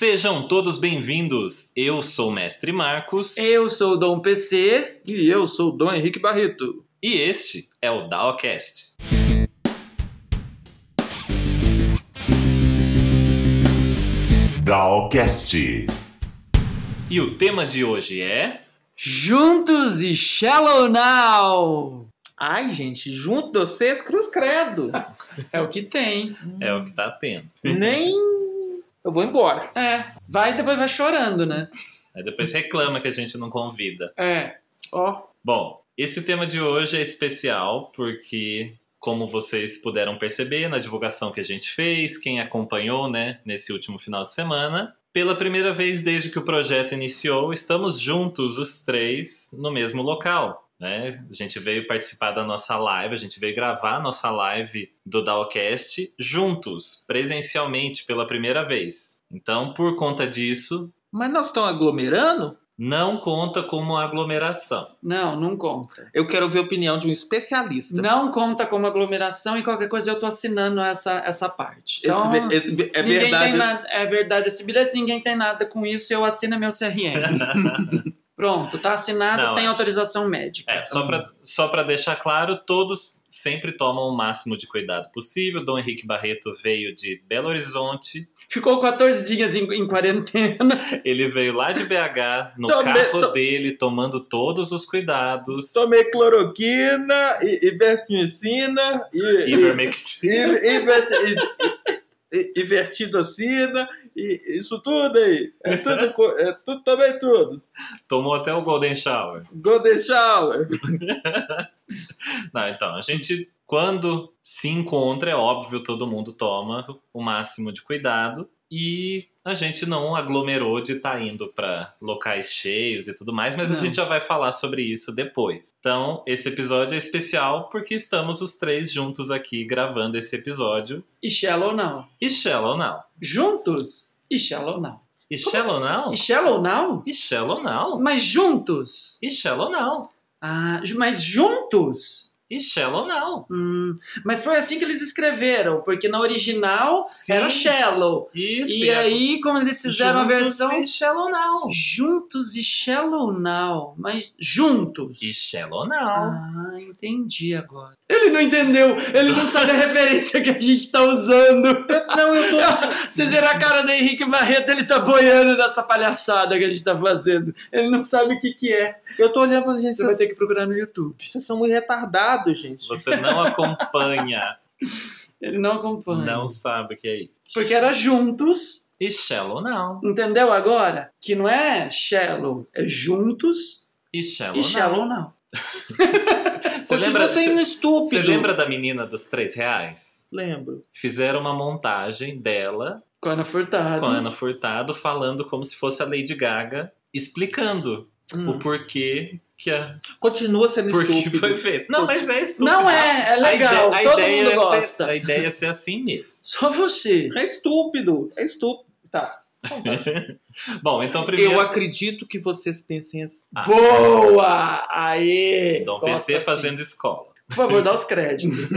Sejam todos bem-vindos. Eu sou o Mestre Marcos Eu sou o Dom PC. E eu sou o Dom Henrique Barreto. e este é o Dowcast. Dalcast. E o tema de hoje é Juntos e Shallow Now. Ai, gente, junto de vocês, cruz credo. É o que tem. é o que tá tendo. Nem. Eu vou embora. É. Vai e depois vai chorando, né? Aí depois reclama que a gente não convida. É. Ó, Bom, esse tema de hoje é especial porque, como vocês puderam perceber na divulgação que a gente fez, quem acompanhou, né, nesse último final de semana, pela primeira vez desde que o projeto iniciou, estamos juntos os três no mesmo local. Né? A gente veio participar da nossa live, a gente veio gravar a nossa live do Dalcast juntos, presencialmente, pela primeira vez. Então, por conta disso, mas nós estamos aglomerando? não conta como aglomeração. Não, não conta. Eu quero ver a opinião de um especialista. Não conta como aglomeração e qualquer coisa eu tô assinando essa, essa parte. Esse Então, be- esse be- é ninguém verdade. Tem nada, é verdade. Esse bilhete ninguém tem nada com isso eu assino meu CRM. Pronto, tá assinado, Não, tem é. autorização médica. É, só pra só pra deixar claro, todos sempre tomam o máximo de cuidado possível. Dom Henrique Barreto veio de Belo Horizonte, Ficou 14 dias em, em quarentena. ele veio lá de BH, no Tomei- carro to- dele, tomando todos os cuidados. Tomei cloroquina, i- ivermectina, i- Ivermectina. i- iver- i- i- ivertidocina, e isso tudo aí. É tudo, co- é tudo, tomei tudo. Tomou até o Golden Shower. Golden Shower. Não, então, a gente, quando se encontra, é óbvio, todo mundo toma o máximo de cuidado. E a gente não aglomerou de estar indo para locais cheios e tudo mais, mas a Não. gente já vai falar sobre isso depois. Então, esse episódio é especial porque estamos os três juntos aqui gravando esse episódio. E Shallow Now. E Shallow Now. Juntos e Shallow Now. E é Shallow Now? E Shallow Now? E Shallow Now? Mas juntos? E Shallow Now? Ah, ju- mas juntos? E Shallow Now? Hum, mas foi assim que eles escreveram, porque na original Sim. era o Shallow. Isso. é e aí, como eles fizeram a Juntos versão. E Shallow um. Now? Juntos e Shallow Now, mas juntos. E Shallow Now? Ah, entendi agora. Ele não entendeu, ele não sabe a referência que a gente tá usando. Não, eu tô. Vocês viram a cara do Henrique Barreto, ele tá boiando dessa palhaçada que a gente tá fazendo. Ele não sabe o que que é. Eu tô olhando e falando, gente, Você vai vocês, ter que procurar no YouTube. vocês são muito retardados, gente. Você não acompanha, Ele não acompanha. não sabe o que é isso. Porque era juntos, E Shallow não. entendeu agora? Que não é shallow, é juntos E Shallow e não. shallow não. Você lembra, Continua é sendo estúpido. você lembra da menina dos três reais? Lembro. Fizeram uma montagem dela Com Ana Furtado. com a Ana Furtado falando como se fosse a Lady Gaga, explicando o Hum. porquê que a, Continua sendo porque estúpido. foi feito. Não, mas é estúpido. Não é, é legal, a ide- a todo ideia mundo é gosta. Ser, a ideia é ser assim mesmo. Só você. É estúpido. É estúpido. Tá. Bom, então primeiro. Eu acredito que vocês pensem assim. Ah. Boa! Aê! Dom Gosto PC assim. fazendo escola. Por favor, dá os créditos.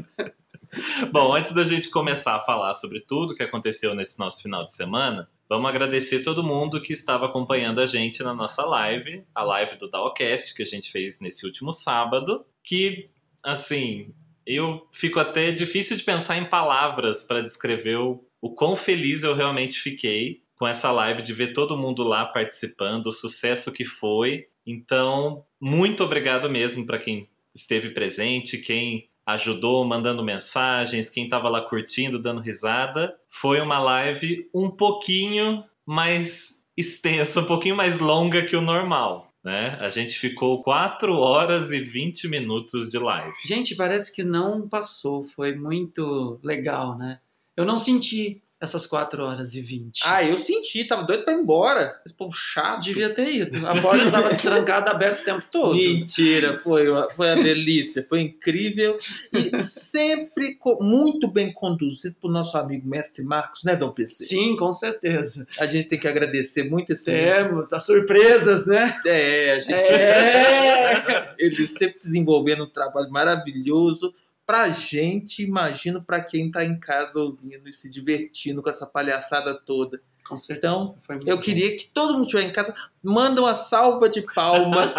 Bom, antes da gente começar a falar sobre tudo que aconteceu nesse nosso final de semana, vamos agradecer todo mundo que estava acompanhando a gente na nossa live, a live do Dalcast que a gente fez nesse último sábado, que assim, eu fico até difícil de pensar em palavras para descrever o, o quão feliz eu realmente fiquei com essa live de ver todo mundo lá participando, o sucesso que foi. Então, muito obrigado mesmo para quem esteve presente, quem ajudou mandando mensagens, quem estava lá curtindo, dando risada. Foi uma live um pouquinho mais extensa, um pouquinho mais longa que o normal, né? A gente ficou 4 horas e 20 minutos de live. Gente, parece que não passou. Foi muito legal, né? Eu não senti essas 4 horas e 20. Ah, eu senti. Tava doido pra ir embora. Esse povo chato. Devia ter ido. A porta tava destrancada, aberta o tempo todo. Mentira, foi, uma- foi a delícia, foi incrível e sempre co- muito bem conduzido por nosso amigo mestre Marcos, né, Dom PC? Sim, É. com certeza. A gente tem que agradecer muito esse Temos as surpresas, né? momento. É, a gente É! Ele sempre desenvolvendo um trabalho maravilhoso pra gente, imagino pra quem tá em casa ouvindo e se divertindo com essa palhaçada toda. Com certeza. Então, foi muito Eu bom. queria que todo mundo que estiver em casa manda uma salva de palmas.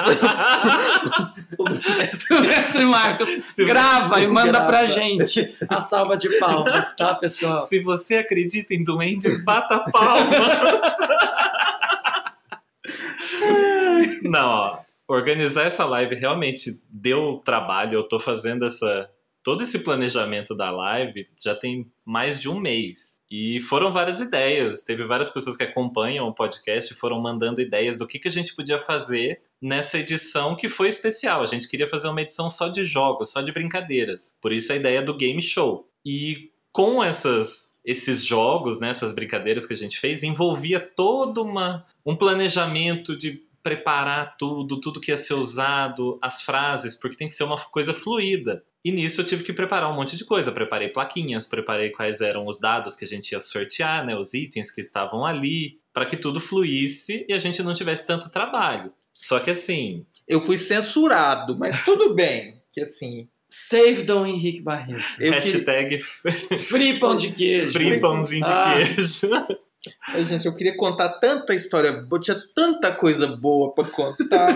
Mestre Marcos, se, grava e manda Grava. pra gente a salva de palmas, tá, pessoal? se você acredita em duendes, bata palmas. Não, ó. Organizar essa live realmente deu trabalho. Eu tô fazendo essa. Todo esse planejamento da live já tem mais de um mês. E foram várias ideias. Teve várias pessoas que acompanham o podcast e foram mandando ideias do que, que a gente podia fazer nessa edição que foi especial. A gente queria fazer uma edição só de jogos, só de brincadeiras. Por isso a ideia do game show. E com essas esses jogos, né, essas brincadeiras que a gente fez, envolvia todo uma, um planejamento de preparar tudo, tudo que ia ser usado, as frases, porque tem que ser uma coisa fluida. E nisso eu tive que preparar um monte de coisa. Preparei plaquinhas, preparei quais eram os dados que a gente ia sortear, né, os itens que estavam ali, para que tudo fluísse e a gente não tivesse tanto trabalho. Só que assim, Eu fui censurado, mas tudo bem. Que assim. Save Dom Henrique Barreto. Eu queria, hashtag Free pão de queijo. free pãozinho de Ah. queijo. Ai, gente, eu queria contar tanta história boa, tinha tanta coisa boa pra contar.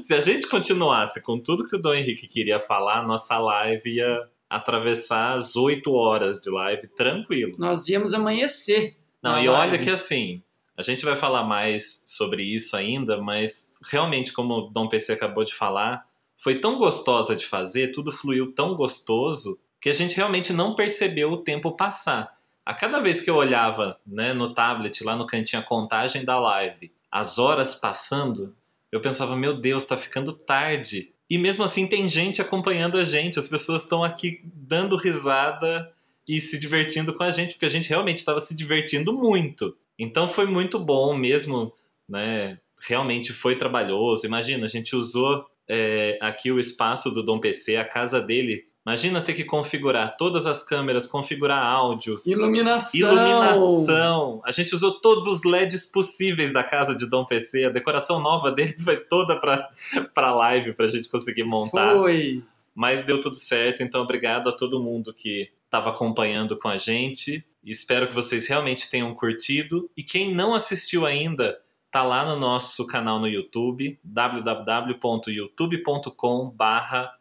Se a gente continuasse com tudo que o Dom Henrique queria falar, nossa live ia atravessar as oito horas de live tranquilo. Nós íamos amanhecer. Não, na e olha live. que assim, a gente vai falar mais sobre isso ainda, mas realmente, como o Dom PC acabou de falar, foi tão gostosa de fazer, tudo fluiu tão gostoso, que a gente realmente não percebeu o tempo passar. A cada vez que eu olhava né, no tablet, lá no cantinho, a contagem da live, as horas passando, eu pensava, meu Deus, tá ficando tarde. E mesmo assim tem gente acompanhando a gente, as pessoas estão aqui dando risada, e se divertindo com a gente, porque a gente realmente estava se divertindo muito. Então foi muito bom mesmo, né? Realmente foi trabalhoso. Imagina, a gente usou é, aqui o espaço do Dom PC, a casa dele. Imagina ter que configurar todas as câmeras, configurar áudio, Iluminação. iluminação. A gente usou todos os LEDs possíveis da casa de Dom PC. A decoração nova dele foi toda para para live, para a gente conseguir montar. Foi. Mas deu tudo certo, então obrigado a todo mundo que estava acompanhando com a gente. Espero que vocês realmente tenham curtido. E quem não assistiu ainda, tá lá no nosso canal no YouTube, www.youtube.com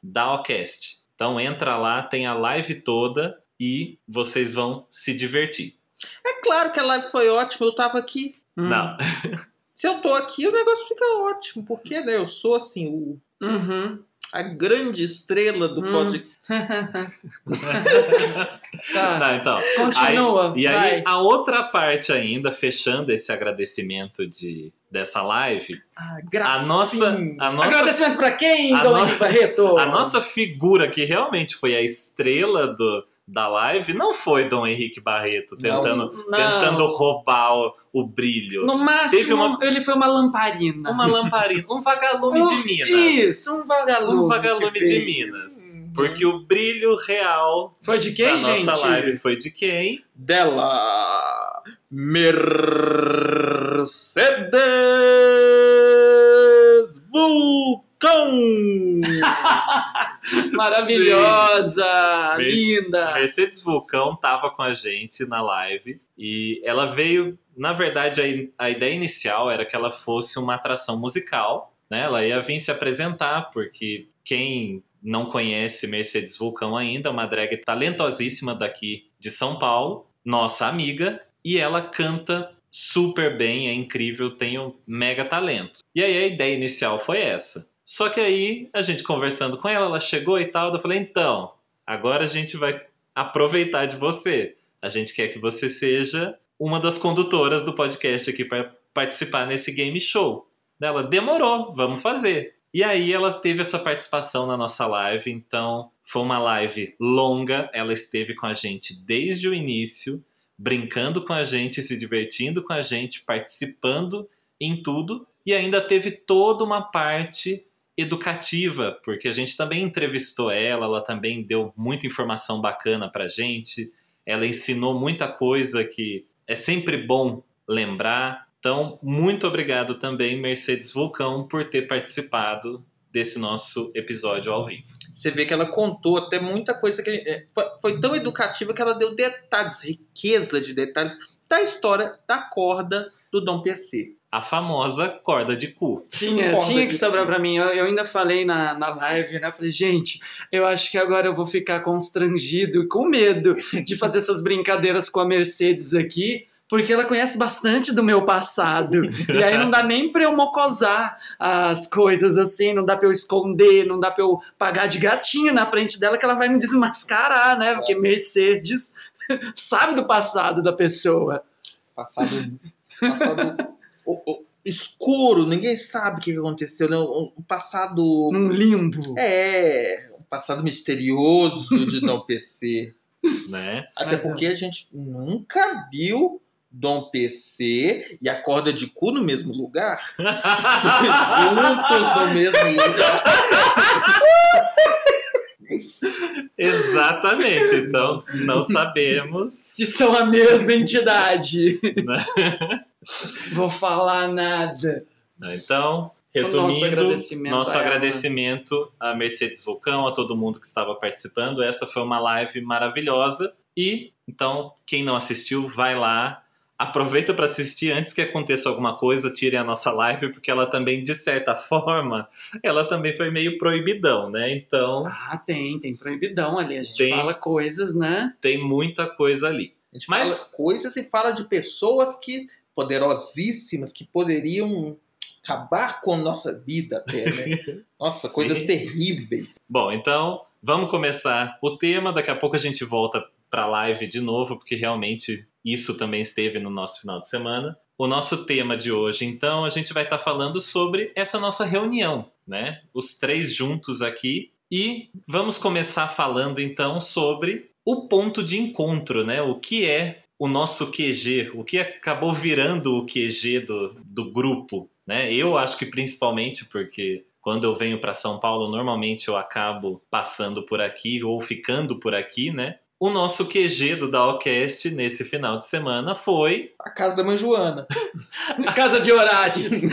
daocast. Então entra lá, tem a live toda e vocês vão se divertir. É claro que a live foi ótima, eu tava aqui. Hum. Não, Se eu tô aqui, o negócio fica ótimo, porque né, eu sou assim, o- Uhum. a grande estrela do Hum. podcast. Tá. não então. Continua. E aí, vai. a outra parte ainda, fechando esse agradecimento de, dessa live, Ah, A gracinha. nossa, a nossa, Agradecimento pra quem, A Dom no- Henrique Barreto? a nossa figura que realmente foi a estrela do, da live não foi Dom Henrique Barreto tentando, Não. tentando roubar o, o brilho. No Teve máximo, uma- ele foi uma lamparina. Uma lamparina, um vagalume de Um- Minas. Isso, um vagalume. Um vagalume que de veio. Minas. Porque o brilho real Foi de da quem, gente? nossa live foi de quem? dela Mercedes Vulcão. Merce- Maravilhosa, Ah, linda. Mercedes Vulcão tava com a gente na live e ela veio, na verdade, a, a ideia inicial era que ela fosse uma atração musical, né? Ela ia vir se apresentar, porque quem não conhece Mercedes Vulcão ainda, é uma drag talentosíssima daqui de São Paulo, nossa amiga, e ela canta super bem, é incrível, tem um mega talento. E aí a ideia inicial foi essa. Só que aí, a gente conversando com ela, ela chegou e tal, eu falei, então, Agora a gente vai aproveitar de você. A gente quer que você seja uma das condutoras do podcast aqui para participar nesse game show. Ela demorou, vamos fazer. E aí ela teve essa participação na nossa live, então foi uma live longa, ela esteve com a gente desde o início, brincando com a gente, se divertindo com a gente, participando em tudo e ainda teve toda uma parte educativa, porque a gente também entrevistou ela, ela também deu muita informação bacana pra gente, ela ensinou muita coisa que é sempre bom lembrar. Então, muito obrigado também, Mercedes Vulcão, por ter participado desse nosso episódio ao vivo. Você vê que ela contou até muita coisa que. é, Foi, foi tão educativa que ela deu detalhes, riqueza de detalhes da história da corda do Dom PC. A famosa corda de cu. Tinha, Concorda tinha que disso. sobrar pra mim. Eu, eu ainda falei na, na live, né? Eu falei, gente, eu acho que agora eu vou ficar constrangido e com medo de fazer essas brincadeiras com a Mercedes aqui, porque ela conhece bastante do meu passado. E aí não dá nem pra eu mocosar as coisas assim, não dá pra eu esconder, não dá pra eu pagar de gatinho na frente dela, que ela vai me desmascarar, né? Porque Mercedes sabe do passado da pessoa. Passado. passado o- o- escuro, ninguém sabe o que que aconteceu, né? O, o passado. Num limbo. É. O passado misterioso de Dom PC. né? Até Mas, porque a gente nunca viu Dom PC e a corda de cu no mesmo lugar. Juntos no mesmo lugar. Exatamente. Então, não sabemos. se são a mesma entidade. Né? Vou falar nada. né? Então, nosso resumindo, nosso agradecimento, agradecimento a ela. né? à Mercedes Vulcão, a todo mundo que estava participando. Essa foi uma live maravilhosa. E, então, quem não assistiu, vai lá. Aproveita para assistir antes que aconteça alguma coisa, tire a nossa live, porque ela também, de certa forma, ela também foi meio proibidão, né? Então, Ah, tem, tem proibidão ali. A gente Tem. fala coisas, né? tem muita coisa ali. A gente Mas- fala coisas e fala de pessoas que poderosíssimas que poderiam acabar com nossa vida até, né? Nossa, Sim. coisas terríveis. Bom, então vamos começar o tema. Daqui a pouco a gente volta para a live de novo, porque realmente isso também esteve no nosso final de semana. O nosso tema de hoje, então, a gente vai estar falando sobre essa nossa reunião, né? Os três juntos aqui. E vamos começar falando então sobre o ponto de encontro, né? O que é o nosso QG, o que acabou virando o QG do, do grupo, né? Eu acho que principalmente porque quando eu venho para São Paulo, normalmente eu acabo passando por aqui ou ficando por aqui, né? O nosso QG do Daocast nesse final de semana foi A casa da mãe Joana. Casa de Orates,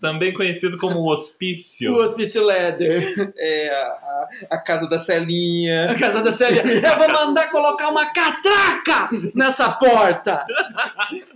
também conhecido como o o Hospício. Hospício Leder, É, a, a- a casa da Celinha. a Casa da Célia. Eu vou mandar colocar uma catraca nessa porta.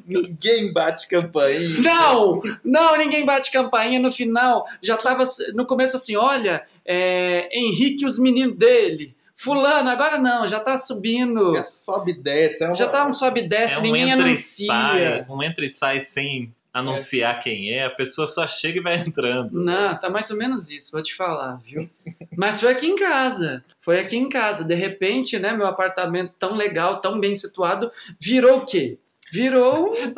Ninguém bate campainha. Não, não, ninguém bate campainha. No final, já tava no começo assim: olha, é, Henrique e os meninos dele. Fulano, agora não, já tá subindo. É, Sobe e desce. É uma- Já tá um sobe e desce, É um ninguém entra e anuncia. sai, um entra e sai sem anunciar quem é, a pessoa só chega e vai entrando. Não, tá mais ou menos isso, vou te falar, viu? Mas foi aqui em casa. Foi aqui em casa. De repente, né, meu apartamento tão legal, tão bem situado, virou o quê? Virou um Hum.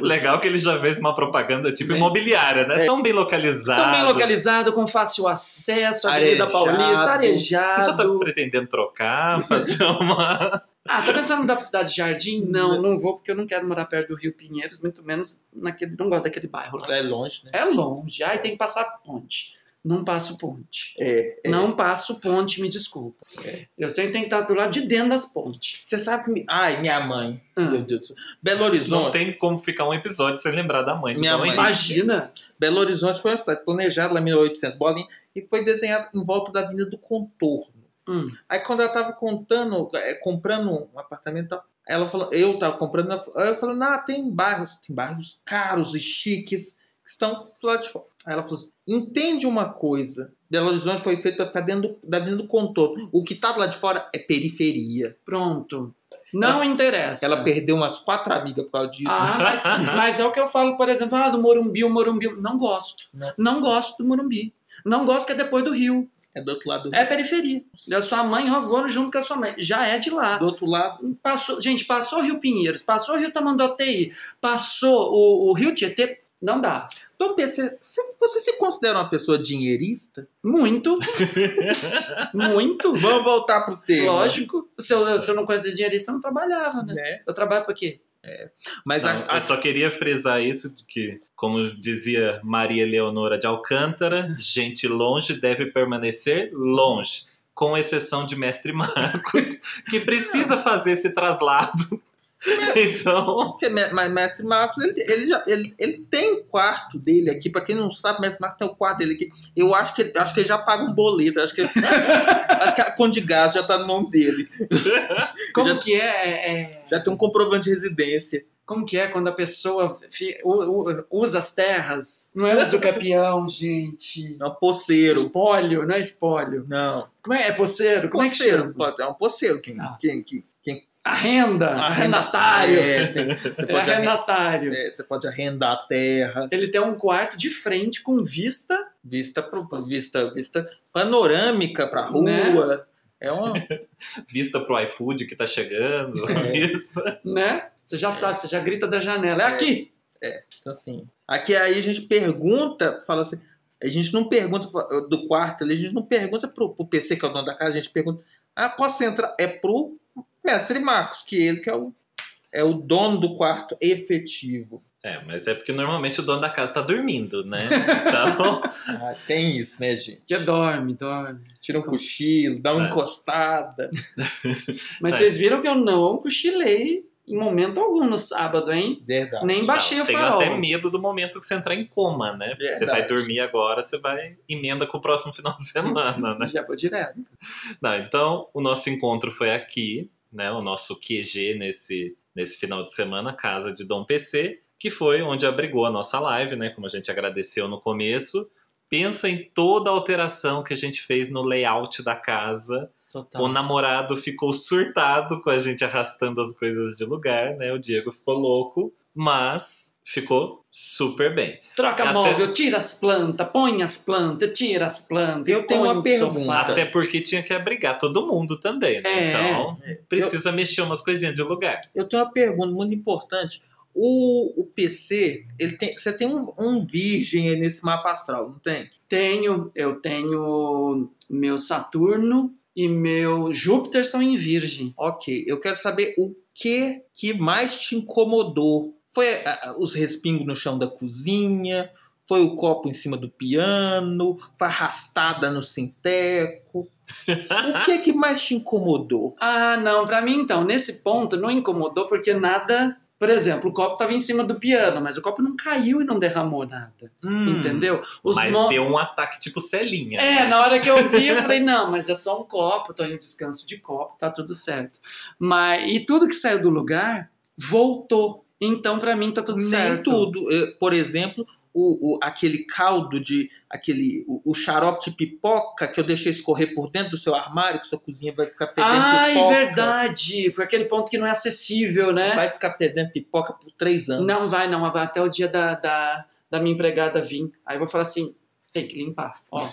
Legal que ele já fez uma propaganda tipo imobiliária, né? Tão bem localizado. É. tão bem localizado, com fácil acesso, Avenida Arejado. Paulista, Você já tá arejado. pretendendo trocar, fazer uma. Ah, tá pensando em mudar pra Cidade Jardim? Não, não vou, porque eu não quero morar perto do Rio Pinheiros, muito menos naquele. Não gosto daquele bairro lá. É longe, né? É longe, ai, tem que passar ponte. Não passo ponte. É, é. Não passo ponte, me desculpa. Eu sempre tenho que estar do lado de dentro das pontes. Você sabe que. me- Ai, minha mãe. Ah. Meu Deus do céu. Belo Não Horizonte. tem como ficar um episódio sem lembrar da mãe. então é de Minha tão mãe. imagem. Imagina! Belo Horizonte foi uma cidade planejada lá em 1800 bolinha e foi desenhada em volta da Avenida do Contorno. Hum, Aí quando ela tava contando, eh, comprando um apartamento, e tal, ela falou, eu tava comprando, ela falou- aí eu falei, ah, tem bairros, tem bairros caros e chiques que estão do lado de fora. Aí ela falou assim, entende uma coisa, Belo Horizonte foi feito para ficar dentro do- da Avenida do Contorno. O que tá do lado de fora é periferia. pronto. Não interessa. Ela perdeu umas quatro amigas por causa disso. Ah, mas, mas é o que eu falo, por exemplo, ah, do Morumbi, o Morumbi. Não gosto. Nossa. Não gosto do Morumbi. Não gosto que é depois do Rio. É do outro lado do É periferia. Da sua mãe, ó, vou junto com a sua mãe. Já é de lá. Do outro lado, Passou, gente, passou o Rio Pinheiros, passou o Rio Tamanduateí, passou o, o Rio Tietê. Não dá. Dom PC, se- você se considera uma pessoa dinheirista? Muito. Muito. Vamos voltar pro tema. Lógico. Se eu, se eu não conhecesse dinheirista, eu não trabalhava, né? Né? Eu trabalho pra quê? Mas Não, a, eu só queria frisar isso, que, como dizia Maria Leonora de Alcântara, gente longe deve permanecer longe, com exceção de Mestre Marcos, que precisa fazer esse traslado Então, Porque me- mas Mestre Marcos, ele, ele, já, ele, ele tem o quarto dele aqui. Pra quem não sabe, Mestre Marcos tem o quarto dele aqui. Eu acho que ele, acho que ele já paga um boleto. Acho que, ele- acho que a Conde Gás já tá na mão dele. Como Já- que é, é- é- Já tem um comprovante de residência. Como que é quando a pessoa fi- u- u- usa as terras? Não é uso capião, gente. É um poceiro. Espólio, não é espólio. Não. Como é? É poceiro? Como é que Poceiro. chama? pode- É um poceiro. Quem, Ah. quem, quem, quem- Arrenda, arrendatário. É, tem- você, É pode arrendar, arrendatário. é, você pode arrendar a terra. Ele tem um quarto de frente com vista. Vista, pro- vista, vista panorâmica pra rua. Né? É uma. vista pro iFood que tá chegando, É. vista. né? Você já sabe, você já grita da janela. É aqui! Então, assim, aqui aí a gente pergunta, fala assim, a gente não pergunta pro- do quarto ali, a gente não pergunta pro, pro PC, que é o dono da casa, a gente pergunta, ah, posso entrar? É pro mestre Marcos, que ele que é o, é o dono do quarto efetivo. É, mas é porque normalmente o dono da casa tá dormindo, né? Então, Ah, tem isso, né, gente? Que é, dorme, dorme. Tira um cochilo, dá uma É. encostada. Mas Tá. É. vocês viram que eu não cochilei em momento algum no sábado, hein? Verdade. Nem baixei o tenho farol. até medo do momento que você entrar em coma, né? Porque você vai Verdade. dormir agora, você vai emenda com o próximo final de semana, né? Já vou direto. Não, então, o nosso encontro foi aqui, né? O nosso QG nesse, nesse final de semana, casa de Dom PC, que foi onde abrigou a nossa live, né? Como a gente agradeceu no começo. Pensa em toda a alteração que a gente fez no layout da casa. Tá. Total. O namorado ficou surtado com a gente arrastando as coisas de lugar, né? O Diego ficou louco, mas ficou super bem. Troca Até- móvel, tira as plantas, põe as plantas, tira as plantas. Eu tenho põe uma o pergunta. sofá. Até porque tinha que abrigar todo mundo também, né? Tá. É. Então, precisa mexer umas coisinhas de lugar. Eu tenho uma pergunta muito importante. O, o PC, ele tem, você tem um, um virgem aí nesse mapa astral, não tem? Tenho, eu tenho meu Saturno e meu Júpiter são em Virgem. Ok, eu quero saber o que que mais te incomodou. Foi ah, os respingos no chão da cozinha? Foi o copo em cima do piano? Foi arrastada no sinteco? O que que mais te incomodou? Ah, não, pra mim então, nesse ponto não incomodou porque nada. Por exemplo, o copo tava em cima do piano, mas o copo não caiu e não derramou nada. Hum, Entendeu? Os Mas mo- deu um ataque tipo Celinha. É, na hora que eu vi, eu falei, não, mas é só um copo, tô em descanso de copo, tá tudo certo. Mas, e tudo que saiu do lugar voltou. Então, pra mim, tá tudo Nem certo. tudo. Eu, por exemplo, o, o- aquele caldo de. aquele o, o xarope de pipoca que eu deixei escorrer por dentro do seu armário, que sua cozinha vai ficar fedendo Ai, pipoca. verdade! Por aquele ponto que não é acessível, né? Vai ficar fedendo pipoca por três anos. Não vai, não, vai até o dia da, da, da minha empregada vir. Aí eu vou falar assim: tem que limpar. Ó,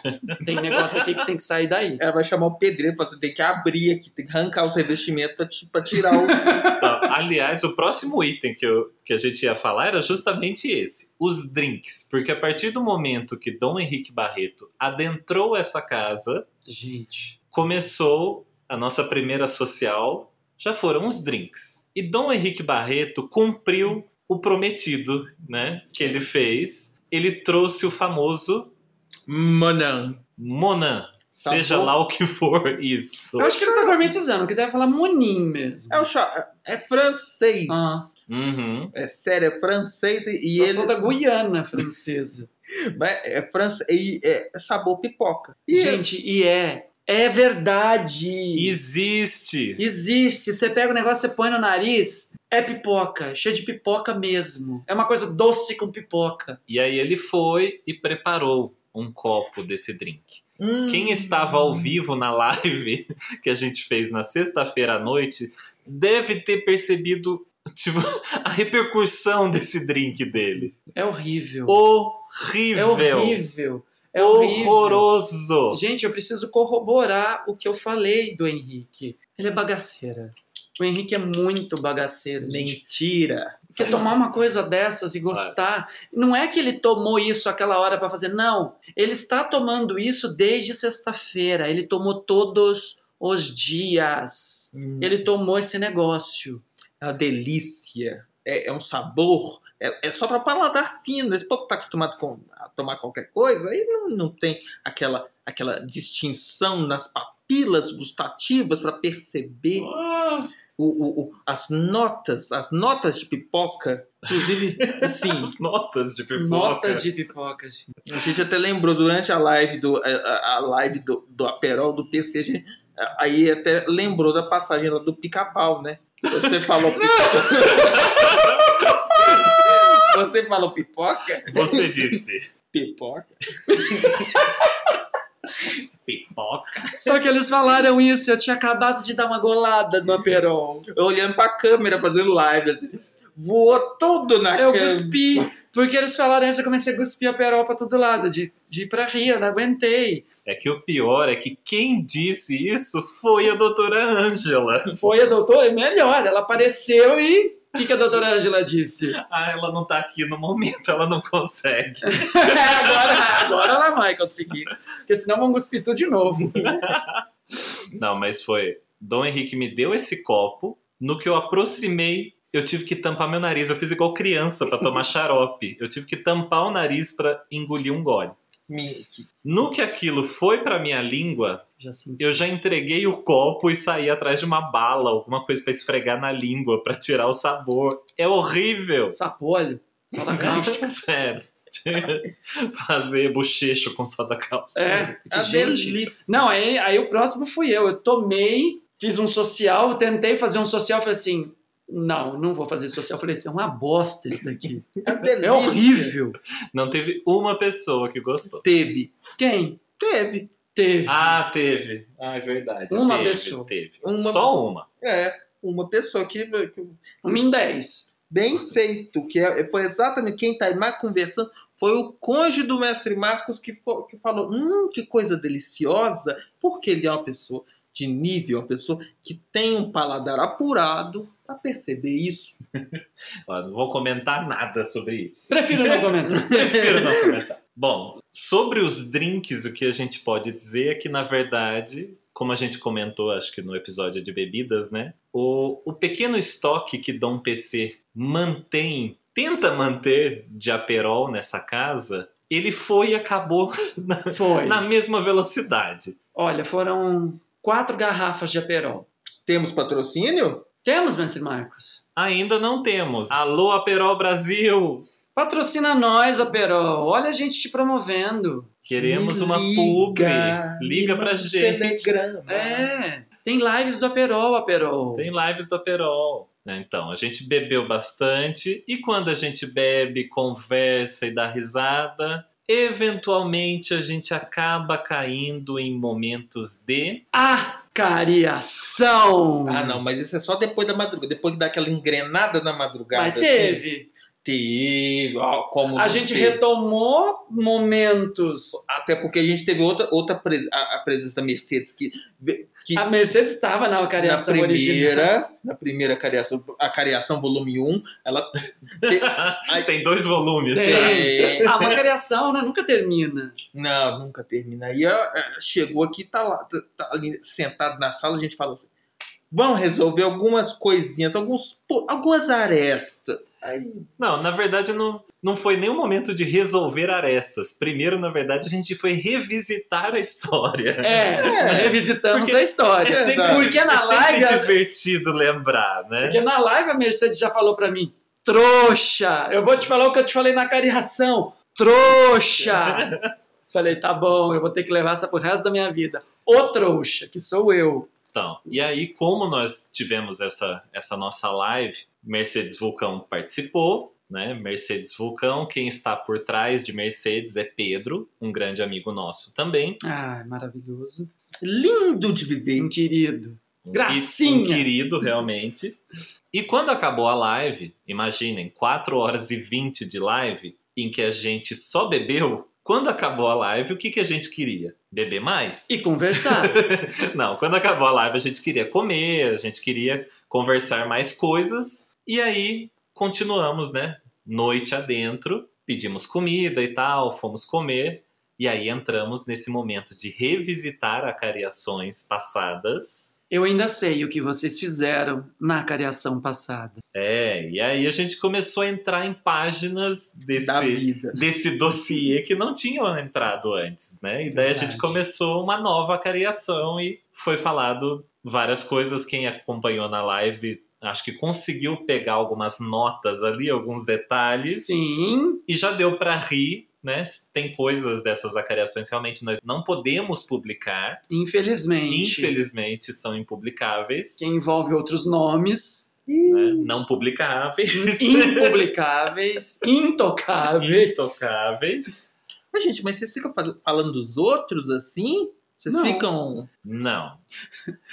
tem negócio aqui que tem que sair daí. Ela vai chamar o pedreiro e falar assim, tem que abrir aqui, tem que arrancar os revestimentos pra, ti- pra tirar o... Então, aliás, o próximo item que, eu- que a gente ia falar era justamente esse: os drinks. Porque a partir do momento que Dom Henrique Barreto adentrou essa casa, Gente. começou a nossa primeira social, já foram os drinks. E Dom Henrique Barreto cumpriu o prometido, né? Que ele fez. Ele trouxe o famoso Manan. Monan. Sabor. Seja lá o que for isso. Eu acho que ele tá gourmetizando, que deve falar moninho mesmo. É, o chá, é francês. Ah. Uhum. É sério, é francês e, e Só ele... sou da Guiana francesa. mas É francês e é sabor pipoca. E ele- Gente, e é. É verdade. Existe! Existe. Você pega o negócio, você põe no nariz, é pipoca. Cheio de pipoca mesmo. É uma coisa doce com pipoca. E aí ele foi e preparou um copo desse drink. Hum. Quem estava ao vivo na live que a gente fez na sexta-feira à noite deve ter percebido tipo, a repercussão desse drink dele. É horrível. É Horrível! horrível. É horrível. Horroroso! Gente, eu preciso corroborar o que eu falei do Henrique. Ele é bagaceira. O Henrique é muito bagaceiro. gente. Mentira. Porque tomar uma coisa dessas e gostar, não é que ele tomou isso aquela hora pra fazer, não. Ele está tomando isso desde sexta-feira. Ele tomou todos os dias. Ele tomou esse negócio. Hum, É uma delícia. É, é um sabor. É, é só pra paladar fino. Esse povo que tá acostumado com, a tomar qualquer coisa, aí não, não tem aquela, aquela distinção nas papilas gustativas pra perceber. Ah, o- o- o- as notas, as notas de pipoca, inclusive, sim, As notas de pipoca. Notas de pipoca, gente. a gente até lembrou durante a live do a- a, a live do, do Aperol do PC, a gente, a- aí até lembrou da passagem lá do pica-pau, né? Você falou pipoca. Você falou pipoca? Você disse Pipoca. pipoca. Só que eles falaram isso, eu tinha acabado de dar uma golada no Aperol. Eu olhando pra câmera, fazendo live, assim. Voou tudo na Eu câmera. cuspi, porque eles falaram isso, eu comecei a cuspir Aperol pra todo lado, de, de ir pra rir, eu não aguentei. É que o pior é que quem disse isso foi a doutora Ângela. Foi a doutora, é melhor, ela apareceu e... O que, que a doutora Angela disse? Ah, ela não tá aqui no momento, ela não consegue. agora, agora ela vai conseguir. Porque senão vão cuspir tudo de novo. Não, mas foi. Dom Henrique me deu esse copo. No que eu aproximei, eu tive que tampar meu nariz. Eu fiz igual criança pra tomar xarope. Eu tive que tampar o nariz pra engolir um gole. Me- que- No que aquilo foi pra minha língua, Já senti. eu já entreguei o copo e saí atrás de uma bala, alguma coisa pra esfregar na língua, pra tirar o sabor. É horrível. Sapolho, soda cáustica. Sério. Fazer bochecho com soda cáustica. É, A gente. delícia. Não, aí, aí o próximo fui eu. Eu tomei, fiz um social, tentei fazer um social, falei assim. Não, não vou fazer social. Eu Falei assim, é uma bosta isso daqui. A delícia. É horrível. Não teve uma pessoa que gostou. Teve. Quem Teve. teve? Ah, teve. Ah, é verdade. Uma Teve, pessoa. Teve. Uma- Só uma. É. Uma pessoa que, que Um em dez. bem feito, que é- foi exatamente quem tá aí mais conversando, foi o conge do mestre Marcos que, fo- que falou, hum, que coisa deliciosa, porque ele é uma pessoa de nível, uma pessoa que tem um paladar apurado pra perceber isso. Ó, não vou comentar nada sobre isso. Prefiro não comentar. Prefiro não comentar. Bom, sobre os drinks, o que a gente pode dizer é que, na verdade, como a gente comentou, acho que no episódio de bebidas, né? O, o pequeno estoque que Dom PC mantém, tenta manter de aperol nessa casa, ele foi e acabou Foi. na mesma velocidade. Olha, foram quatro garrafas de aperol. Temos patrocínio? Temos, mestre Marcos? Ainda não temos. Alô, Aperol Brasil! Patrocina nós, aperol. Olha a gente te promovendo. Queremos uma Me publi. me Liga pra manda um gente. Telegrama. É. Tem lives do aperol, aperol. Tem lives do Aperol. né? Então, a gente bebeu bastante e quando a gente bebe, conversa e dá risada, eventualmente a gente acaba caindo em momentos de. A cariação. Ah, não, mas isso é só depois da madrugada, depois que dá aquela engrenada na madrugada. Mas assim. teve. Teve. ó, como A não gente teve. retomou momentos. Até porque a gente teve outra, outra pres- a, a presença da Mercedes que, que A Mercedes estava na na cariação original. primeira, na primeira cariação, a cariação volume 1, ela Ai. Tem dois volumes. Tem. né? é, Ah, uma cariação, né? Nunca termina. não, nunca termina. Aí ela, é, chegou aqui, tá lá, tá, tá ali sentado na sala, a gente falou assim: "Vamos resolver algumas coisinhas, alguns po- algumas arestas". Aí, Não, na verdade, não, não foi nenhum momento de resolver arestas. Primeiro, na verdade, a gente foi revisitar a história. É, revisitamos Porque- a história. é sempre- porque na é live. sempre a- divertido lembrar, né? Porque na live a Mercedes já falou pra mim: trouxa! Eu vou te falar o que eu te falei na cariação. Trouxa! Falei, tá bom, eu vou ter que levar essa pro resto da minha vida. Ô trouxa, que sou eu. Então, e aí, como nós tivemos essa, essa nossa live, Mercedes Vulcão participou, né? Mercedes Vulcão, quem está por trás de Mercedes é Pedro, um grande amigo nosso também. Ai, maravilhoso. lindo de viver. Um querido. Um Gracinha! que- Um querido, realmente. E quando acabou a live, imaginem, 4 horas e 20 de live, em que a gente só bebeu. Quando acabou a live, o que, que a gente queria? Beber mais? E conversar. Não, quando acabou a live a gente queria comer, a gente queria conversar mais coisas. E aí continuamos, né? Noite adentro, pedimos comida e tal, fomos comer. E aí entramos nesse momento de revisitar acariações passadas Eu ainda sei o que vocês fizeram na cariação passada. É, e aí a gente começou a entrar em páginas da desse, vida. desse dossiê que não tinham entrado antes, né? E daí a gente Verdade. começou uma nova cariação e foi falado várias coisas. Quem acompanhou na live acho que conseguiu pegar algumas notas ali, alguns detalhes, Sim, e já deu pra rir. Né? Tem coisas dessas acariações que realmente nós não podemos publicar, infelizmente. infelizmente são impublicáveis, Que envolve outros nomes né? não publicáveis. impublicáveis, intocáveis. Intocáveis? Mas, gente, mas vocês ficam fal- falando dos outros assim? Vocês Não. ficam. Não.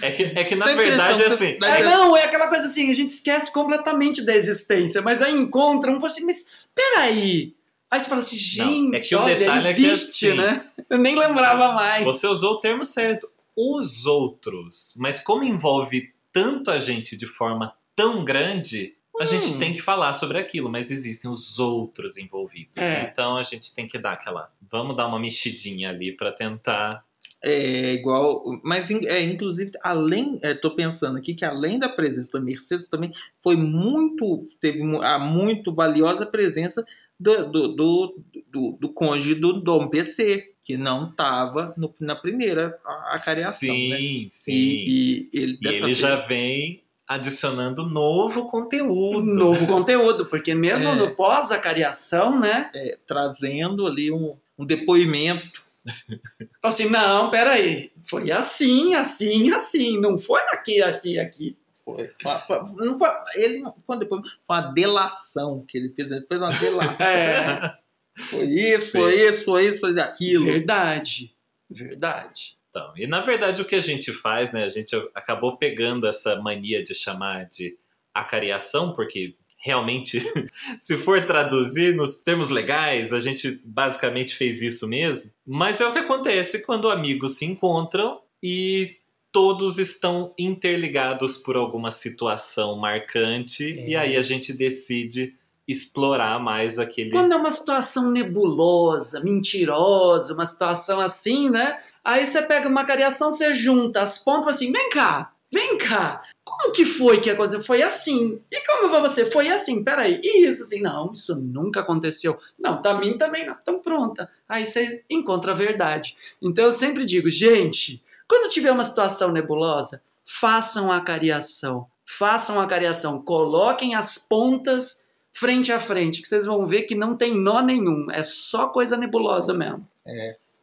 É que, é que na Dá a impressão verdade, que assim. você- É, não, é aquela coisa assim, a gente esquece completamente da existência, mas aí encontra um assim, mas peraí. Aí você fala assim, gente, Não, é que o olha, detalhe é que existe, assim, né? Eu nem lembrava É mais. Você usou o termo certo. Os outros. Mas como envolve tanto a gente de forma tão grande, a Hum. gente tem que falar sobre aquilo. Mas existem os outros envolvidos. É. Então a gente tem que dar aquela. Vamos dar uma mexidinha ali pra tentar. É igual. Mas, in- é, inclusive, além. É, tô pensando aqui que além da presença da Mercedes também foi muito. Teve mu- a muito valiosa presença do, do, do, do, do cônjuge do Dom PC, que não tava no- na primeira a, a cariação. sim, né? sim. E, E, e ele, dessa ele vez- já vem adicionando novo Um conteúdo. novo conteúdo, porque mesmo É. no pós-acariação, né? é, trazendo ali um, um depoimento. Fala assim, não, peraí, foi assim, assim, assim, não foi aqui, assim, aqui. Foi- fa- fa- não foi- ele não foi um depoimento, foi uma delação que ele fez. Ele fez uma delação. É, Foi isso, Sim. foi isso, foi isso, foi aquilo. verdade, verdade. Então, e na verdade o que a gente faz, né? A gente acabou pegando essa mania de chamar de acariação, porque realmente, se for traduzir nos termos legais, a gente basicamente fez isso mesmo. Mas é o que acontece quando amigos se encontram e todos estão interligados por alguma situação marcante, É. e aí a gente decide explorar mais aquele. Quando é uma situação nebulosa, mentirosa, uma situação assim, né? Aí você pega uma cariação, você junta as pontas fala assim, vem cá, vem cá. Como que foi que aconteceu? Foi assim. E como foi você? Foi assim, peraí. E isso assim, não, isso nunca aconteceu. Não, pra mim também não. Então pronta. Aí vocês encontram a verdade. Então eu sempre digo, gente, quando tiver uma situação nebulosa, façam a cariação. Façam a cariação. Coloquem as pontas frente a frente, que vocês vão ver que não tem nó nenhum, é só coisa nebulosa mesmo.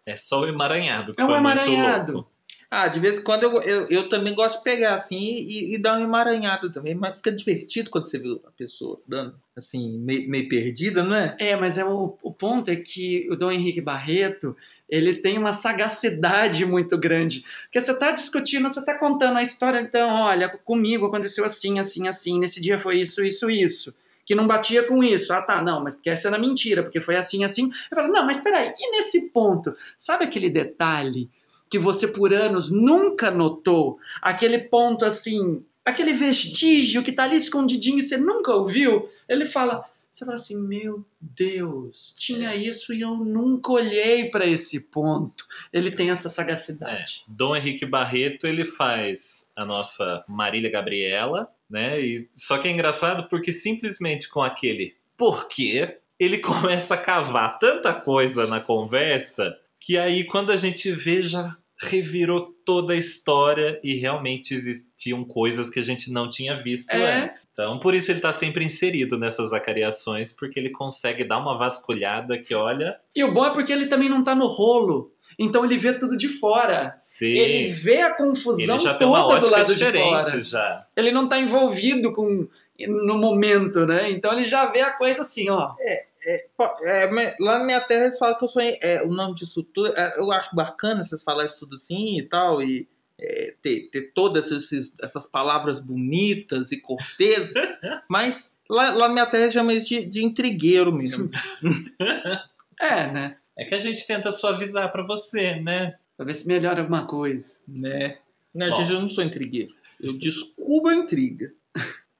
É só o emaranhado. Que É um foi emaranhado. Muito louco. Ah, de vez em quando eu, eu, eu também gosto de pegar assim e, e dar uma emaranhada também, mas fica divertido quando você vê a pessoa dando assim, meio, meio perdida, não é? É, mas é o, o ponto é que o Dom Henrique Barreto, ele tem uma sagacidade muito grande, porque você tá discutindo, você tá contando a história, então, olha, comigo aconteceu assim, assim, assim, nesse dia foi isso, isso, isso, que não batia com isso, ah tá, não, mas porque essa era mentira, porque foi assim, assim, eu falo, não, mas peraí, e nesse ponto, sabe aquele detalhe que você por anos nunca notou, aquele ponto assim, aquele vestígio que tá ali escondidinho e você nunca ouviu, ele fala, você fala assim, meu Deus, tinha É. isso e eu nunca olhei para esse ponto. Ele tem essa sagacidade. Dom Henrique Barreto, ele faz a nossa Marília Gabriela, né? E, só que é engraçado porque simplesmente com aquele porquê, ele começa a cavar tanta coisa na conversa que aí quando a gente vê já revirou toda a história e realmente existiam coisas que a gente não tinha visto É. antes. Então, por isso ele tá sempre inserido nessas acariações, porque ele consegue dar uma vasculhada que, olha, E o bom é porque ele também não tá no rolo. Então ele vê tudo de fora. se Ele vê a ele confusão já tem uma toda do ótica lado de diferente fora. já. Ele não tá envolvido com no momento, né? Então ele já vê a coisa assim, ó. Pô, é, mas lá na minha terra eles falam que eu sou. É, o nome disso tudo. é, eu acho bacana vocês falarem isso tudo assim e tal, e é, ter, ter todas esses- essas palavras bonitas e corteses, mas lá, lá na minha terra chama isso de, de intrigueiro mesmo. É, né? É que a gente tenta suavizar pra você, né? Pra ver se melhora alguma coisa. Né? Não, Bom. gente, eu não sou intrigueiro. Eu descubro a intriga.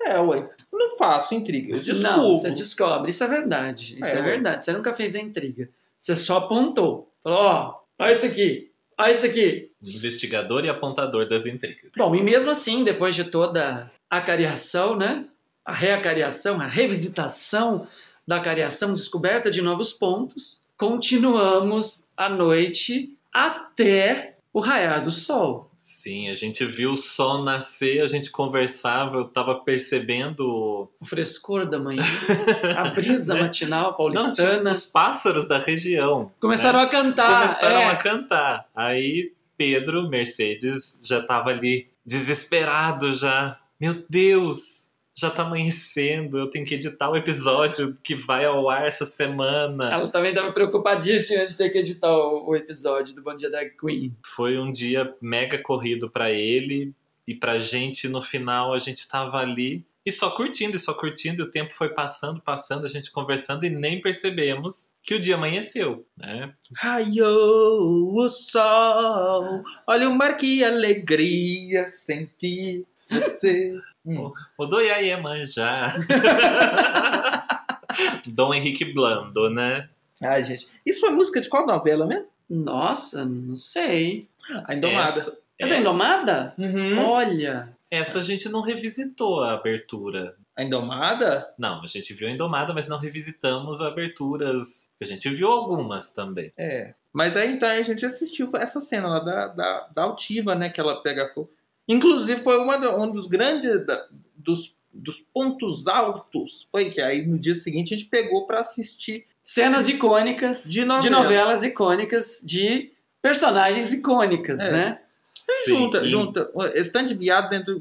É, ué. Eu não faço intriga, eu descubro. Não, você descobre. Isso é verdade. Isso é, É. verdade. Você nunca fez a intriga. Você só apontou. Falou, ó, olha isso aqui. Olha isso aqui. Investigador e apontador das intrigas. Bom, e mesmo assim, depois de toda a cariação, né? A reacariação, a revisitação da cariação, descoberta de novos pontos, continuamos a noite até o raiar do sol. Sim, a gente viu o sol nascer, a gente conversava, eu tava percebendo O frescor da manhã, a brisa Né? matinal Não, tinha paulistana. os pássaros da região. Começaram a cantar. começaram é. a cantar. Aí Pedro, Mercedes, já tava ali desesperado já. Meu Deus, já tá amanhecendo, eu tenho que editar o episódio que vai ao ar essa semana. Ela também estava preocupadíssima de ter que editar o, o episódio do Bom Dia Drag Queen. Foi um dia mega corrido pra ele e pra gente no final a gente tava ali e só curtindo, e só curtindo, e o tempo foi passando, passando, a gente conversando e nem percebemos que o dia amanheceu, né? Raiou o sol, olha o mar que alegria senti você. O Doia Iemanjá. Dom Henrique Blando, né? Ai, gente. Isso é música de qual novela mesmo? Nossa, não sei. A Indomada. Essa, É, da Indomada? Hum? Uhum. Olha. essa a gente não revisitou a abertura. A Indomada? Não, a gente viu a Indomada, mas não revisitamos aberturas. A gente viu algumas também. É. Mas aí então a gente assistiu essa cena lá da, da, da altiva, né? Que ela pega fogo. Inclusive foi uma, da- um dos grandes da- dos, dos pontos altos. Foi que aí no dia seguinte a gente pegou pra assistir Cenas icônicas de novela. de novelas icônicas de personagens icônicas, É. né? Aí junta, Sim. junta. Estande de viado dentro.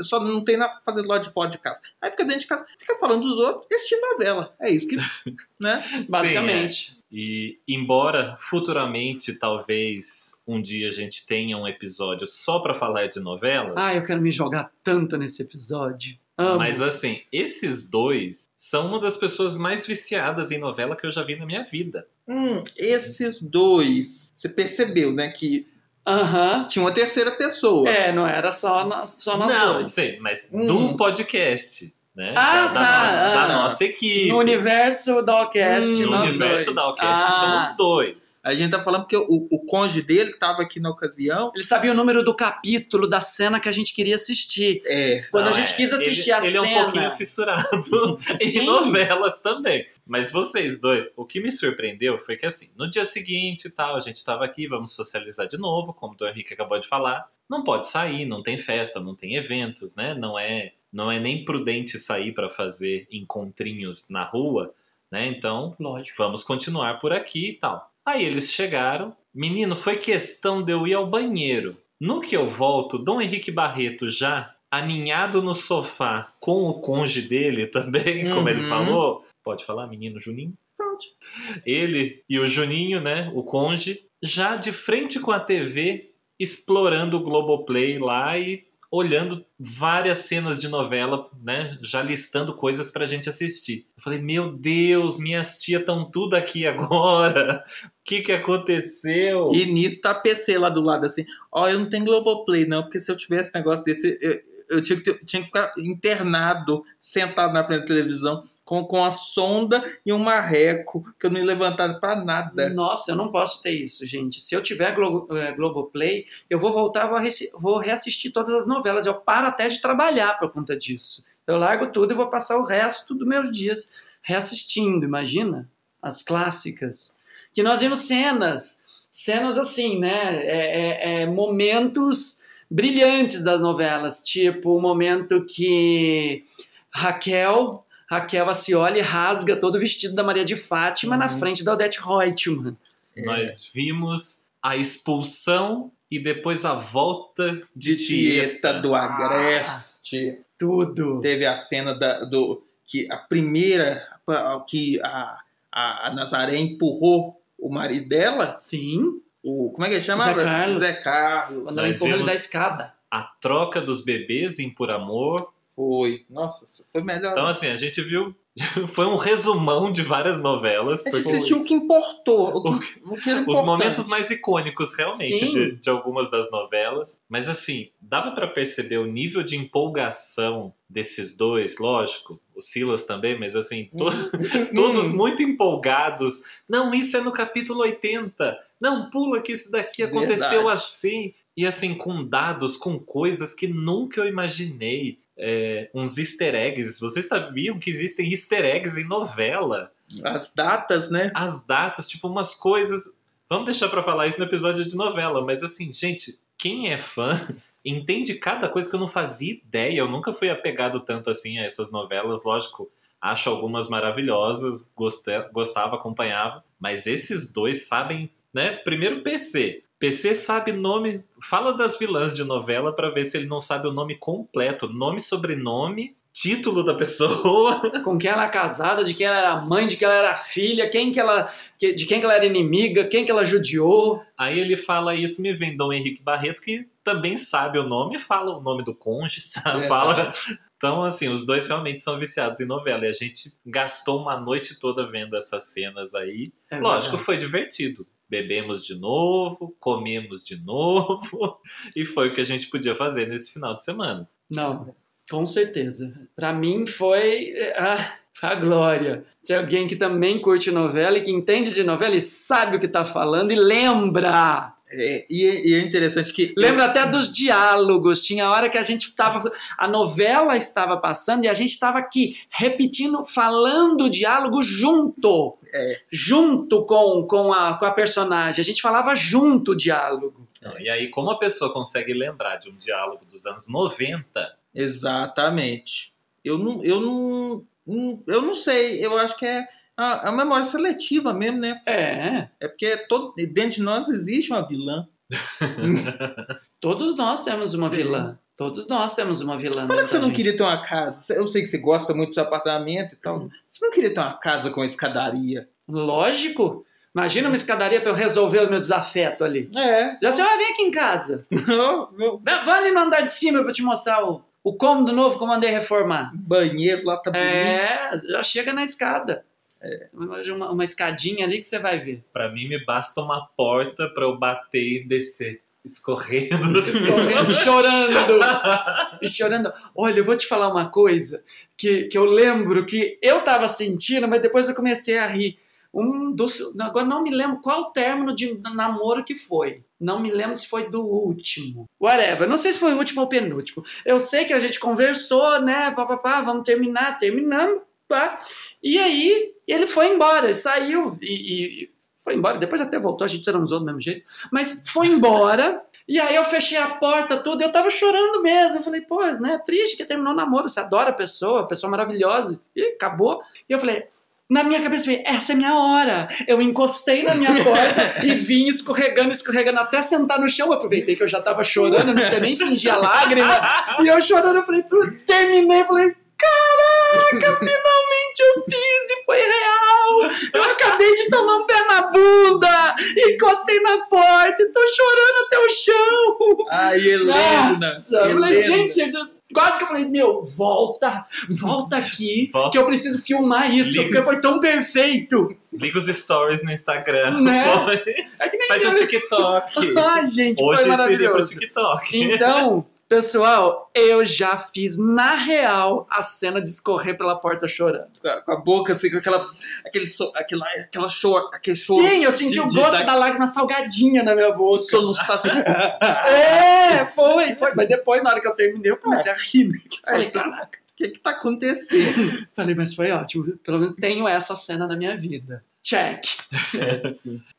Só não tem nada pra fazer do lado de fora de casa. Aí fica dentro de casa, fica falando dos outros, assistindo novela. É isso que. né? Basicamente. E embora futuramente, talvez, um dia a gente tenha um episódio só pra falar de novelas. Ai, Ah, eu quero me jogar tanto nesse episódio. Amo. é. Mas assim, esses dois são uma das pessoas mais viciadas em novela que eu já vi na minha vida. Hum, esses dois. Você percebeu, né? Que Aham. tinha uma terceira pessoa. É, não era só nós, só nós não, dois. Um. sei, mas Hum. do podcast, né? Ah, da, tá, da ah. nossa equipe. No universo da Allcast, Hum, No nós universo dois. da Alcast ah, somos dois. A gente tá falando porque o, o cônjuge dele, que tava aqui na ocasião, Ele sabia o número do capítulo da cena que a gente queria assistir. é. Quando a Não, gente é, quis assistir ele, a ele cena. é um pouquinho fissurado Sim. em novelas também. Mas vocês dois, o que me surpreendeu foi que assim, no dia seguinte e tal, a gente tava aqui, vamos socializar de novo, como o Dom Henrique acabou de falar. Não pode sair, não tem festa, não tem eventos, né? Não é, não é nem prudente sair pra fazer encontrinhos na rua, né? Então, Lógico. vamos continuar por aqui e tal. Aí eles chegaram. Menino, foi questão de eu ir ao banheiro. No que eu volto, Dom Henrique Barreto já aninhado no sofá com o conge dele também, como ele Uhum. falou. Pode falar, menino Juninho? Pode. Ele e o Juninho, né, o conge, já de frente com a TV, explorando o Globoplay lá e olhando várias cenas de novela, né? Já listando coisas pra gente assistir. Eu falei, meu Deus, minhas tias estão tudo aqui agora. O que que aconteceu? E nisso tá a PC lá do lado assim. Ó, eu não tenho Globoplay, não, porque se eu tivesse negócio desse, eu, eu tinha, que ter- tinha que ficar internado, sentado na frente da televisão, com, com a sonda e um marreco, que eu não ia levantar pra nada. Nossa, eu não posso ter isso, gente. Se eu tiver Glo eh, Globoplay, eu vou voltar, vou, reci- vou reassistir todas as novelas. Eu paro até de trabalhar por conta disso. Eu largo tudo e vou passar o resto dos meus dias reassistindo. Imagina as clássicas. Que nós vimos cenas, cenas assim, né? É- é- é, momentos brilhantes das novelas, tipo o momento que Raquel. Raquel Acioli rasga todo o vestido da Maria de Fátima na Uhum. frente da Odete Reutemann. Nós É. vimos a expulsão e depois a volta de, De Tieta Tieta. do Agreste. Tudo. Teve a cena da, do. que a primeira. que a, a, a Nazaré empurrou o marido dela. Sim, O, como é que ele chama? Zé Carlos. Zé Carlos. quando ela Nós empurra ele vemos- da escada. A troca dos bebês em Por Amor. Foi. Nossa, foi melhor. Então, assim, a gente viu. Foi um resumão de várias novelas. a gente porque assistiu o que importou. O que, o que era Os importante. momentos mais icônicos, realmente, Sim. de, de algumas das novelas. Mas, assim, dava pra perceber o nível de empolgação desses dois, lógico. O o Silas também, mas assim, to- Hum. todos muito empolgados. Não, isso é no capítulo 80. Não, pula que isso daqui aconteceu Verdade. assim. E assim, com dados, com coisas que nunca eu imaginei. É, uns easter eggs. Vocês sabiam que existem easter eggs em novela? As datas, né? As datas, tipo, umas coisas. Vamos deixar pra falar isso no episódio de novela, mas assim, gente, quem é fã entende cada coisa que eu não fazia ideia. Eu nunca fui apegado tanto assim a essas novelas, lógico. Acho algumas maravilhosas, goste- gostava, acompanhava, mas esses dois sabem, né? Primeiro PC. PC sabe nome, fala das vilãs de novela pra ver se ele não sabe o nome completo, nome, sobrenome, título da pessoa. Com quem ela era casada, de quem ela era mãe, de quem ela era filha, quem que ela, que- de quem que ela era inimiga, quem que ela judiou. Aí ele fala isso, me vem Dom Henrique Barreto, que também sabe o nome, fala o nome do cônjuge, sabe? É. fala. Então, assim, os dois realmente são viciados em novela. E a gente gastou uma noite toda vendo essas cenas aí. É Lógico, verdade. foi divertido. Bebemos de novo, comemos de novo, e foi o que a gente podia fazer nesse final de semana. Não, com certeza. Pra mim foi a, a glória. Se alguém que também curte novela e que entende de novela e sabe o que tá falando e lembra. É, e, e é interessante que. Lembro até dos diálogos. Tinha hora que a gente tava. A novela estava passando e a gente estava aqui repetindo, falando o diálogo junto. É. Junto com, com, a, com a personagem. A gente falava junto o diálogo. Não, Então, E aí, como a pessoa consegue lembrar de um diálogo dos anos 90, Exatamente. Eu não, eu não, não- eu não sei. Eu acho que é a, a memória seletiva mesmo, né? É. É porque todo, dentro de nós existe uma vilã. Todos nós temos uma vilã. Todos nós temos uma vilã. Por é que dentro você da não gente. queria ter uma casa? Eu sei que você gosta muito dos apartamentos e tal. Você não queria ter uma casa com escadaria? Lógico. Imagina uma escadaria pra eu resolver o meu desafeto ali. É. Já assim, ah, vem aqui em casa. Eu- eu- Vai vai ali no andar de cima pra eu te mostrar o, o cômodo novo que eu mandei reformar. banheiro lá tá bonito. É, já chega na escada. Imagina Uma, uma escadinha ali que você vai ver. Pra mim, me basta uma porta pra eu bater e descer, escorrendo. assim. Correndo, chorando. E chorando. Olha, eu vou te falar uma coisa que, que eu lembro que eu tava sentindo, mas depois eu comecei a rir. Um dos, agora não me lembro qual término de namoro que foi. Não me lembro se foi do último. Whatever. Não sei se foi o último ou penúltimo. Eu sei que a gente conversou, né? Pá, pá, pá, vamos terminar, terminamos. Pá. E aí ele foi embora, saiu e, e foi embora. Depois até voltou, a gente transou do mesmo jeito. Mas foi embora. E aí eu fechei a porta, tudo, eu tava chorando mesmo. Eu falei, pô, né, triste que terminou o namoro, você adora a pessoa, pessoa maravilhosa, e acabou. E eu falei, na minha cabeça veio, essa é minha hora. Eu encostei na minha porta e vim escorregando, escorregando, até sentar no chão. Eu aproveitei que eu já tava chorando, eu não sei nem fingir a lágrima. E eu chorando, eu falei, pô, terminei, eu falei, caraca, finalmente eu fiz e foi real. Eu acabei de tomar um pé na bunda, encostei na porta e tô chorando até o chão. Ai, Helena. Nossa, eu falei, Helena. gente, eu- quase que eu falei, meu, volta, volta aqui, Volta. que eu preciso filmar isso, Liga. porque foi tão perfeito. Liga os stories no Instagram. Né? Põe, É que nem Faz um eu- TikTok. Ah, gente, foi Hoje seria pro maravilhoso. TikTok. Então, pessoal, eu já fiz na real a cena de escorrer pela porta chorando. Com a- com a boca assim, com aquela, aquele, so, aquela, aquela chor, aquele choro. Sim, eu senti de- o de- gosto da- da lágrima salgadinha na minha boca. Soluçar assim. É, foi, foi. Mas depois, na hora que eu terminei, eu comecei a rir. né? É, Falei, isso- caraca. O que que tá acontecendo? Falei, mas foi ótimo. Pelo menos tenho essa cena na minha vida. Check.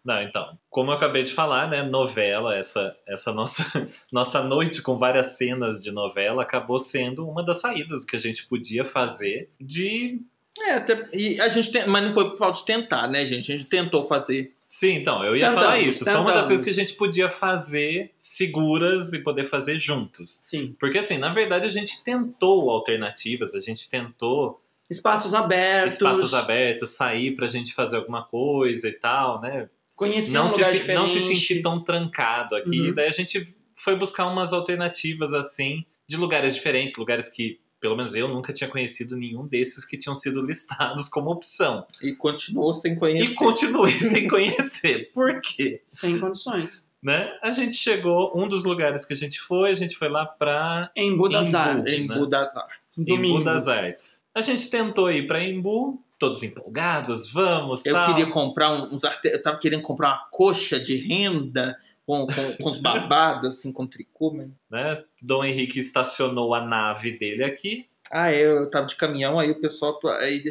Não, então, como eu acabei de falar, né, novela, essa, essa nossa, nossa noite com várias cenas de novela acabou sendo uma das saídas que a gente podia fazer de É, até- e a gente tem- mas não foi por falta de tentar, né, gente? A gente tentou fazer. Sim, então, eu ia Tentamos, falar isso. Foi uma das tentamos. coisas que a gente podia fazer seguras e poder fazer juntos. Sim. Porque, assim, na verdade, a gente tentou alternativas, a gente tentou Espaços abertos. espaços abertos, sair pra gente fazer alguma coisa e tal, né? Conhecer não, um se, lugar se- diferente. não se sentir tão trancado aqui. Uhum. Daí a gente foi buscar umas alternativas, assim, de lugares diferentes, lugares que, pelo menos eu, nunca tinha conhecido nenhum desses que tinham sido listados como opção. E continuou sem conhecer. E continuei sem conhecer. Por quê? Sem condições. né? A gente chegou, um dos lugares que a gente foi, a gente foi lá pra Em Budas Em Artes. Budas. Em Budas Artes. Embu Domingo. das Artes. A gente tentou ir pra Embu, todos empolgados, vamos, Eu Tá. tal. queria comprar um- uns arte... Eu tava querendo comprar uma coxa de renda com, com, com os babados, assim, com tricô, mas... né? Dom Henrique estacionou a nave dele aqui. Ah, é, eu tava de caminhão, aí o pessoal. Aí,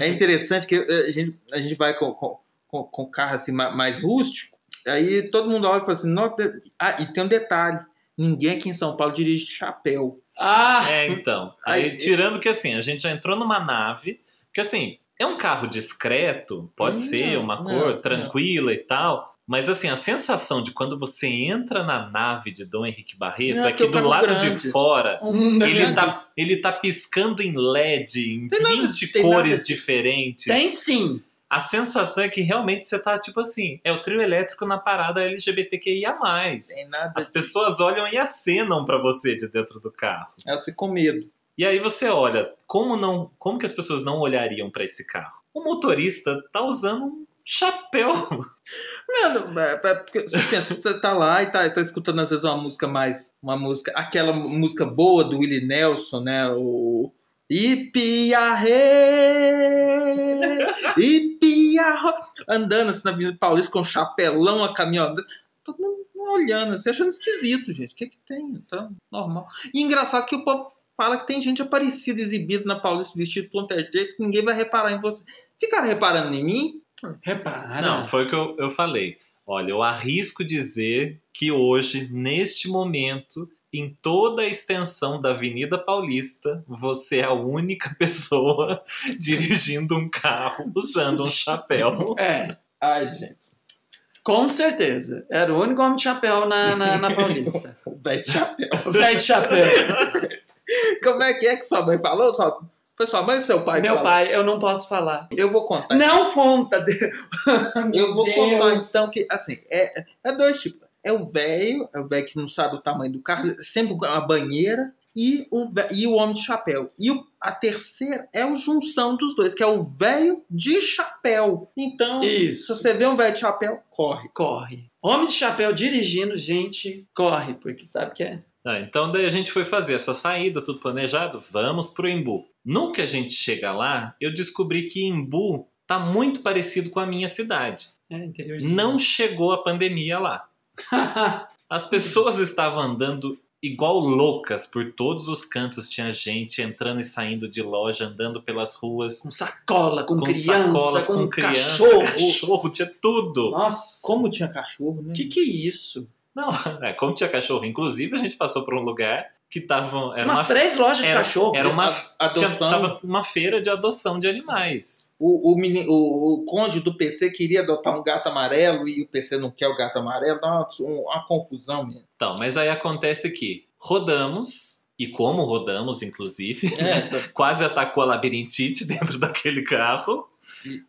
é interessante que eh, a gente, a gente vai com, com, com, com carro assim ma- mais rústico, aí todo mundo olha e fala assim: Nossa, ah, e tem um detalhe: ninguém aqui em São Paulo dirige de chapéu. Ah! É, então. Aí- Aí, tirando que assim, a gente já entrou numa nave, que assim, é um carro discreto, pode Não, ser uma Hum, não, cor não. tranquila e tal. Mas assim, a sensação de quando você entra na nave de Dom Henrique Barreto Não, é porque que o do carro lado grande. de fora Hum, né? É. Ele tá, ele tá piscando em LED, em Tem nada- 20 tem cores nada- diferentes. Tem sim. A sensação é que realmente você tá, tipo assim, é o trio elétrico na parada LGBTQIA. Tem nada. As de- pessoas olham e acenam pra você de dentro do carro. Elas ficam é com medo. E aí você olha, como não, como que as pessoas não olhariam pra esse carro? O motorista tá usando um chapéu. Mano, é, pra- porque você pensa, tá- tá lá e tá, tá escutando às vezes uma música mais. Uma música. Aquela música boa do Willie Nelson, né? O. Ipiarre! Ipiarro! Andando assim na Avenida Paulista com um chapelão, a caminhonete. Todo mundo olhando, assim, achando esquisito, gente. O que que tem? Tá normal. E engraçado que o povo fala que tem gente aparecida, exibida na Paulista, vestido de Poltergeist, que ninguém vai reparar em você. Ficaram reparando em mim? Repara. Não, foi o que eu, eu falei. Olha, eu arrisco dizer que hoje, neste momento, em toda a extensão da Avenida Paulista, você é a única pessoa dirigindo um carro usando um chapéu. É, Ai, gente. com certeza. Era o único homem de chapéu na, na, na Paulista. Vai te chapéu. O velho de chapéu. Como é que é que sua mãe falou? Sua- Foi sua mãe ou seu pai? que Meu falou? pai, eu não posso falar. Eu vou contar. Não conta! eu vou Deus. contar então que, assim, é, é dois tipos. É o velho, é o velho que não sabe o tamanho do carro, sempre com a banheira, e o, ve- e o homem de chapéu. E o- a terceira é a junção dos dois, que é o velho de chapéu. Então, se Isso. você vê um velho de chapéu, corre. Corre. Homem de chapéu dirigindo, gente, corre, porque sabe que é. Ah, então daí a gente foi fazer essa saída, tudo planejado, vamos pro Embu. No que a gente chega lá, eu descobri que Embu tá muito parecido com a minha cidade. é interiorzinho. Não chegou a pandemia lá. As pessoas estavam andando igual loucas por todos os cantos. Tinha gente entrando e saindo de loja, andando pelas ruas, com sacola, com, com criança, sacolas, com, com, criança, cachorro. cachorro, tinha tudo. Nossa, Como tinha cachorro, né? que que é isso? Não, é, como tinha cachorro. Inclusive, a gente passou por um lugar que tava. Era Tinha umas uma, três lojas de era- um- cachorro. era uma- A, tinha- adoção. tava uma feira de adoção de animais. O, o, meni- o, o cônjuge do PC queria adotar um gato amarelo e o PC não quer o gato amarelo. Dá uma, um- uma confusão, menino. Então, mas aí acontece que rodamos, e como rodamos, inclusive. É, quase atacou a labirintite dentro daquele carro.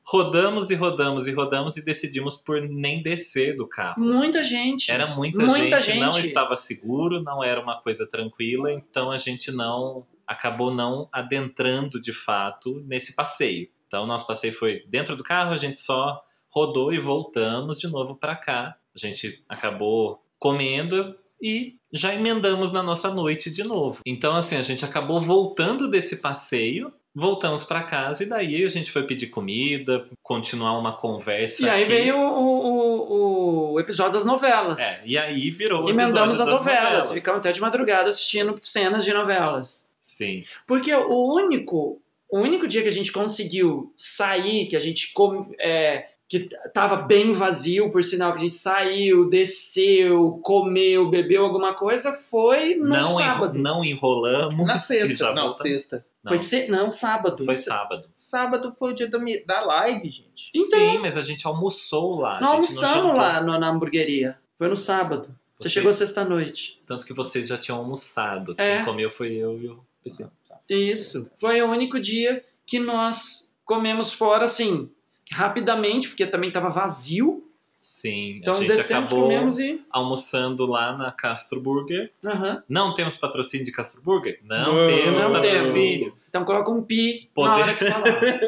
Rodamos e rodamos e rodamos e decidimos por nem descer do carro. Muita gente. um- Era um muita, Muita gente, não gente. estava seguro, não era uma coisa tranquila, então a gente não acabou não adentrando de fato nesse passeio. Então nosso passeio foi dentro do carro, a gente só rodou e voltamos de novo para cá. A gente acabou comendo e já emendamos na nossa noite de novo. Então assim, a gente acabou voltando desse passeio Voltamos para casa e daí a gente foi pedir comida, continuar uma conversa. E aí aqui. veio o, o- o episódio das novelas. É, e aí virou o Emendamos episódio as das novelas. Ficamos até de madrugada assistindo cenas de novelas. Sim. Porque o único, o único dia que a gente conseguiu sair, que a gente com- é, que t- tava bem vazio, por sinal, que a gente saiu, desceu, comeu, bebeu alguma coisa, foi no Não, enro- sábado. não enrolamos. na e já né? sexta. Não, voltamos. sexta. Não, Foi se- não, sábado. foi sábado. Sábado foi o dia da, mi- da live, gente. Então- Sim, mas a gente almoçou lá. Nós a gente não almoçamos jantou. lá no- na hamburgueria. Foi no sábado. Você, Você- chegou sexta-noite. Tanto que vocês já tinham almoçado. É. Quem comeu foi eu e o PC. Isso. Foi o único dia que nós comemos fora, assim, rapidamente, porque também tava vazio. Sim, a Então gente descemos, acabou comemos e. almoçando lá na Castro Burger. Aham. Não temos patrocínio de Castro Burger? Não, Não, temos não temos. patrocínio. Então coloca um pi na Poder- hora que falar.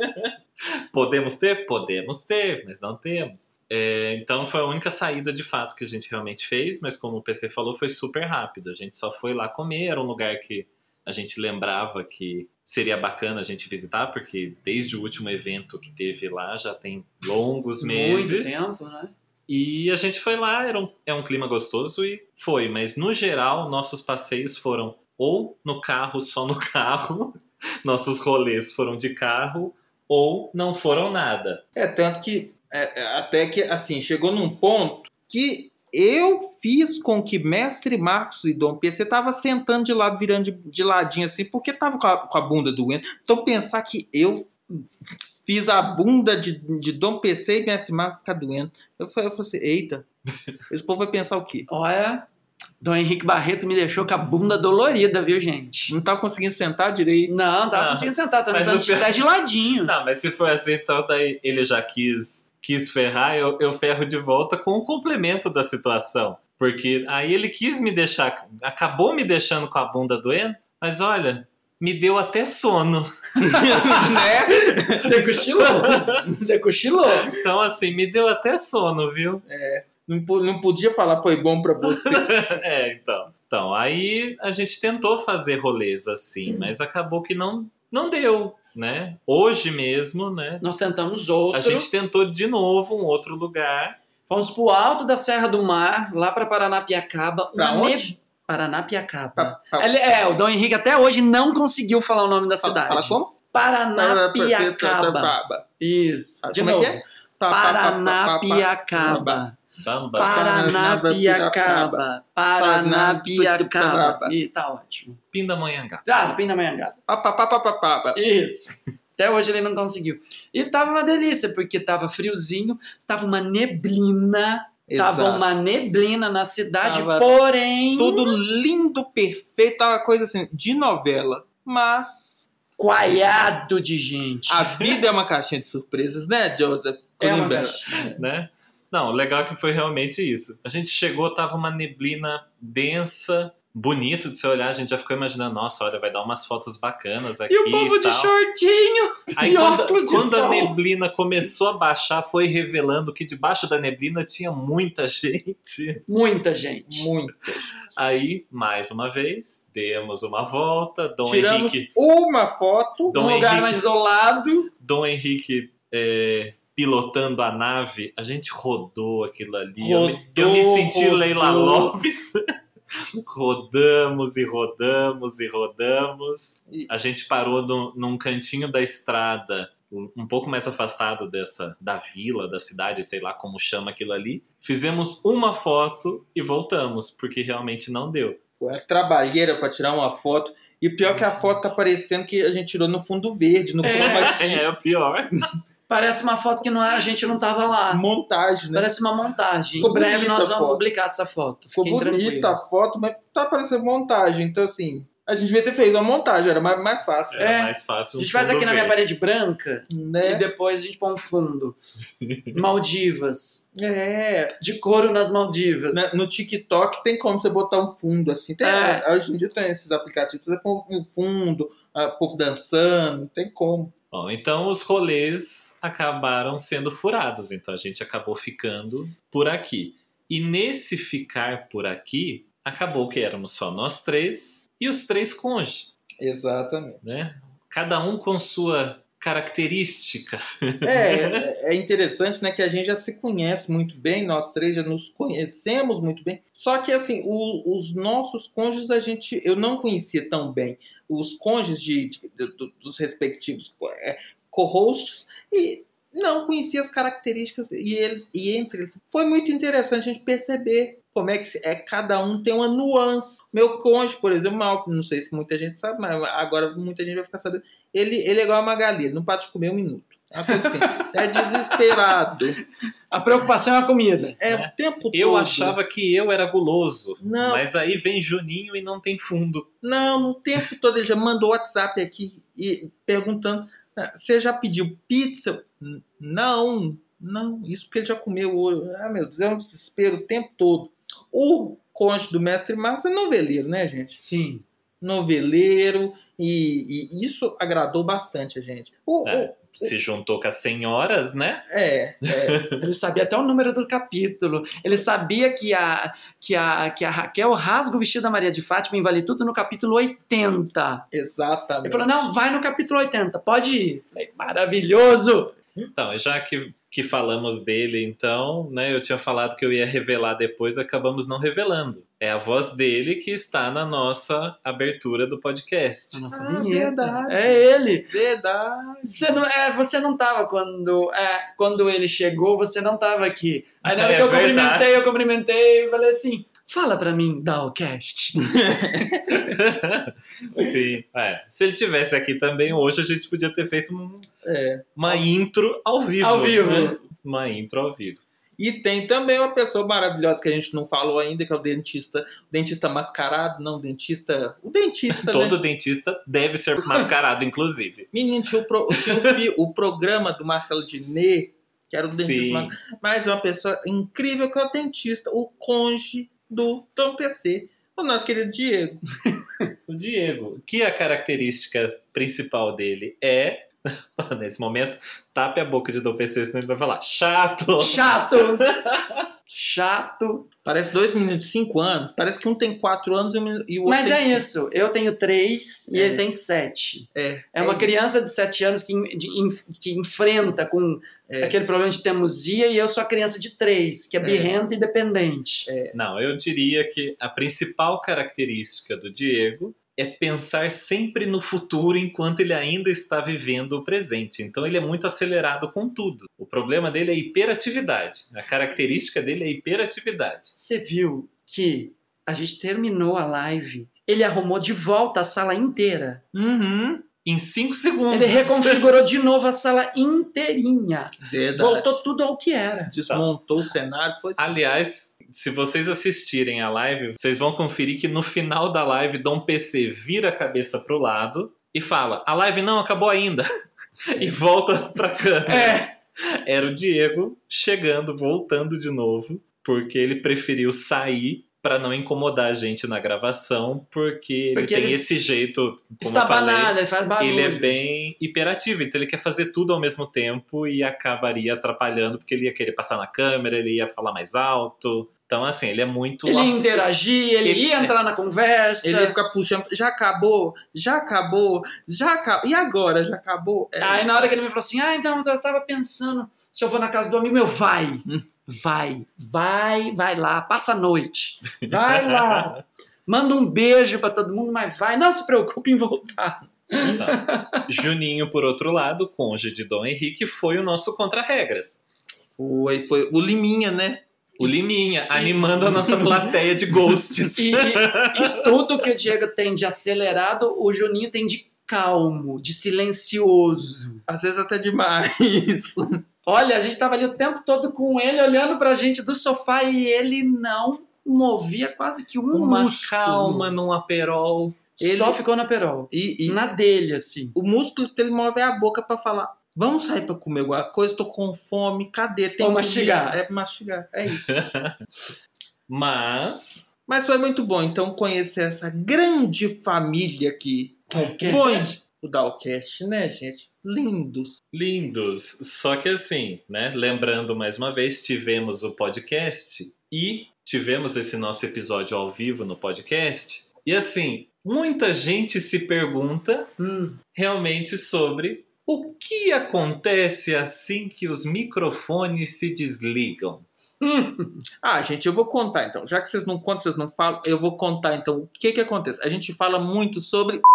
Podemos ter? Podemos ter, mas não temos. É, então foi a única saída de fato que a gente realmente fez, mas como o PC falou, foi super rápido. A gente só foi lá comer, era um lugar que a gente lembrava que seria bacana a gente visitar, porque desde o último evento que teve lá já tem longos meses. Muito tempo, né? E a gente foi lá, era um, é um clima gostoso e foi. Mas no geral, nossos passeios foram ou no carro, só no carro, nossos rolês foram de carro, ou não foram nada. É, tanto que é, é, até que assim, chegou num ponto que eu fiz com que mestre Marcos e Dom PC tava sentando de lado, virando de, de ladinho assim, porque tava com a, com a bunda doendo. Então pensar que eu fiz a bunda de, de Dom PC e mestre Marcos ficar doendo. Eu falei, eu falei assim, eita, esse povo vai pensar o quê? Olha, Dom Henrique Barreto me deixou com a bunda dolorida, viu, gente? Não tava conseguindo sentar direito. Não, tava Ah, conseguindo sentar, tava mas tentando o te pior- dar de ladinho. Não, mas se foi assim, então daí ele já quis, quis ferrar, eu, eu ferro de volta com o complemento da situação. Porque aí ele quis me deixar, acabou me deixando com a bunda doendo, mas olha, me deu até sono. né? Você cochilou. Você cochilou. Então, assim, me deu até sono, viu? Não, po- não podia falar foi bom pra você. É, então. Então, aí a gente tentou fazer rolês Uhum. assim, mas acabou que não, não deu, né? Hoje mesmo, né? Nós sentamos A outro. gente tentou de novo um outro lugar. Fomos pro alto da Serra do Mar, lá pra Paranapiacaba. Pra uma onde? ne- Paranapiacaba. Pra- pra- Ele- é, o Dom Henrique até hoje não conseguiu falar o nome da fala, cidade. fala como? tá, Paranapiacaba. Paranapiacaba. Isso. Ah, De como novo. é que é? Pa- pa- pa- pa- pa- Paranapiacaba. Bamba. Paranapiacaba. Paranapiacaba. Paranapiacaba. Ih, tá ótimo. Pindamonhangá. Ah, Pinda Manhangaba. pa- pa- pa- pa- pa- pa- pa. Isso. Até hoje ele não conseguiu. E tava uma delícia, porque tava friozinho, tava uma neblina, tava Exato. uma neblina na cidade, Tava porém Tudo lindo, perfeito, tava uma coisa assim, de novela. Mas coalhado de gente. a vida é uma caixinha de surpresas, né, Joseph? É uma Cronenberg? caixinha. né? Não, o legal é que foi realmente isso. A gente chegou, tava uma neblina densa, bonito de se olhar. A gente já ficou imaginando, nossa, olha, vai dar umas fotos bacanas aqui. E o povo de tal. shortinho. Aí e quando, óculos de quando a sol. neblina começou a baixar, foi revelando que debaixo da neblina tinha muita gente. Muita gente. Muito. Aí, mais uma vez, demos uma volta. Dom Tiramos Henrique, uma foto. Dom Num lugar Henrique. mais isolado. Dom Henrique é, pilotando a nave, a gente rodou aquilo ali. Eu me- eu, me, Rodou, senti Leila rodou. Lopes. rodamos e rodamos e rodamos. E- A gente parou no- num cantinho da estrada, um um pouco mais afastado dessa da vila, da cidade, sei lá como chama aquilo ali. Fizemos uma foto e voltamos, porque realmente não deu. Pô, é trabalheira pra tirar uma foto. E pior Uhum. que a foto tá parecendo que a gente tirou no fundo verde, no É. chroma key. É o pior. Parece uma foto que não é, a gente não tava lá. Montagem, né? Parece uma montagem. Ficou em breve bonita nós a vamos foto. publicar essa foto. Ficou Fiquem bonita a tranquilos. foto, mas tá parecendo montagem. Então, assim, a gente devia ter feito uma montagem, era mais, mais fácil. Era É. mais fácil. A um gente faz fundo aqui na minha verde. parede branca e Né? depois a gente põe um fundo. Maldivas. É. De couro nas Maldivas. Na- no TikTok tem como você botar um fundo assim. Tem, É. Hoje em dia tem esses aplicativos, você põe um fundo, ah, por dançando, tem como. Bom, então os rolês acabaram sendo furados, então a gente acabou ficando por aqui. E nesse ficar por aqui, acabou que éramos só nós três e os três conge, Exatamente. né? Cada um com sua característica. É, é interessante, né, que a gente já se conhece muito bem, nós três já nos conhecemos muito bem. Só que assim, o- os nossos cônjuges a gente eu não conhecia tão bem. Os cônjuges de, de- do- dos respectivos é, co-hosts e não conhecia as características e eles e entre eles. Foi muito interessante a gente perceber como é que se- é cada um tem uma nuance. Meu cônjuge, por exemplo, mal, não sei se muita gente sabe, mas agora muita gente vai ficar sabendo. Ele, ele é igual a Magali, ele não para de comer um minuto. É uma coisa assim, é desesperado. A preocupação é a comida. É Né? o tempo todo. Eu achava que eu era guloso, Não. mas aí vem Juninho e não tem fundo. Não, o tempo todo ele já mandou WhatsApp aqui e perguntando: "Ah, você já pediu pizza? "N- Não, não, isso porque ele já comeu ouro. Ah, meu Deus, é um desespero o tempo todo. O cônjuge do mestre Marcos é noveleiro, né, gente? Sim. noveleiro, e, e isso agradou bastante a gente. O- É. o- Se juntou com as senhoras, né? é, é. Ele sabia até o número do capítulo. Ele sabia que a, que a, que a Raquel rasga o vestido da Maria de Fátima e vale tudo no capítulo 80. Exatamente. Ele falou: não, vai no capítulo 80, pode ir. Falei, maravilhoso! Então, já que, que falamos dele, então, né? Eu tinha falado que eu ia revelar depois, acabamos não revelando. É a voz dele que está na nossa abertura do podcast. A nossa Ah, vinheta. verdade. É ele. Verdade. Você não, é, você não tava quando, é, quando ele chegou, você não tava aqui. Aí na hora É que eu verdade. cumprimentei, eu cumprimentei e falei assim: fala pra mim, Dalcast. Sim, é. Se ele tivesse aqui também hoje, a gente podia ter feito um- É. uma intro ao vivo. Ao vivo. né? Uma intro ao vivo. E tem também uma pessoa maravilhosa que a gente não falou ainda, que é o dentista. O dentista mascarado, não, o dentista. O dentista. né? Todo dentista deve ser mascarado, inclusive. Menino, tinha, o, pro- tinha o, fi- o programa do Marcelo Diné, que era o dentista. Sim. mas- Mas uma pessoa incrível que é o dentista, o conge do Tom PC, o nosso querido Diego. O Diego, que é a característica principal dele é, nesse momento, tape a boca de Dom PC, senão ele vai falar chato. Chato! Chato Parece dois meninos de cinco anos, parece que um tem quatro anos e o menino- e o outro Mas tem é cinco. isso, eu tenho três e É. ele tem sete. É, É uma é criança de sete anos que, en- de- en- que enfrenta com É. aquele problema de teimosia e eu sou a criança de três, que é, birrenta e dependente. Não, eu diria que a principal característica do Diego é pensar sempre no futuro enquanto ele ainda está vivendo o presente. Então ele é muito acelerado com tudo. O problema dele é a hiperatividade. A característica dele é a hiperatividade. Você viu que a gente terminou a live, ele arrumou de volta a sala inteira. Uhum, Em 5 segundos. Ele reconfigurou de novo a sala inteirinha. verdade. Voltou tudo ao que era. Desmontou o cenário, foi Aliás, se vocês assistirem a live, vocês vão conferir que no final da live Dom PC vira a cabeça pro lado e fala: "A live não acabou ainda". e volta pra câmera. É, Era o Diego chegando, voltando de novo, porque ele preferiu sair pra não incomodar a gente na gravação, porque ele Porque tem ele esse jeito, como eu falei, estabanada, ele faz barulho. ele é bem hiperativo, então ele quer fazer tudo ao mesmo tempo e acabaria atrapalhando, porque ele ia querer passar na câmera, ele ia falar mais alto. Então, assim, ele é muito. Ele ia interagir, ele, Ele- ia entrar na conversa. Ele ia ficar puxando, já acabou, já acabou, já acabou. E agora? Já acabou? É, Aí na hora que ele me falou assim, ah, então eu tava pensando, se eu vou na casa do amigo meu, vai, vai, vai, vai lá, passa a noite, vai lá. Manda um beijo pra todo mundo, mas vai, não se preocupe em voltar. tá? Juninho, por outro lado, cônjuge de Dom Henrique, foi o nosso contra-regras. Foi, foi. O Liminha, né? O Liminha, animando a nossa plateia de ghosts. E, e tudo que o Diego tem de acelerado, o Juninho tem de calmo, de silencioso. Às vezes até demais. Olha, a gente tava ali o tempo todo com ele olhando pra gente do sofá e ele não movia quase que um Uma músculo. calma num aperol. Ele- Só ficou na perol. E, e na dele, assim. o músculo que ele move é a boca pra falar. Vamos sair pra comer alguma coisa, tô com fome, cadê? Tem comida?" Ou mastigar. É mastigar, é isso. Mas Mas foi muito bom, então, conhecer essa grande família que compõe o Dalcast, né, gente? Lindos. Lindos. Só que assim, né? Lembrando mais uma vez, tivemos o podcast e tivemos esse nosso episódio ao vivo no podcast. E assim, muita gente se pergunta Hum, realmente sobre o que acontece assim que os microfones se desligam. hum, Ah, gente, eu vou contar então. Já que vocês não contam, vocês não falam, eu vou contar então. O que que acontece? A gente fala muito sobre.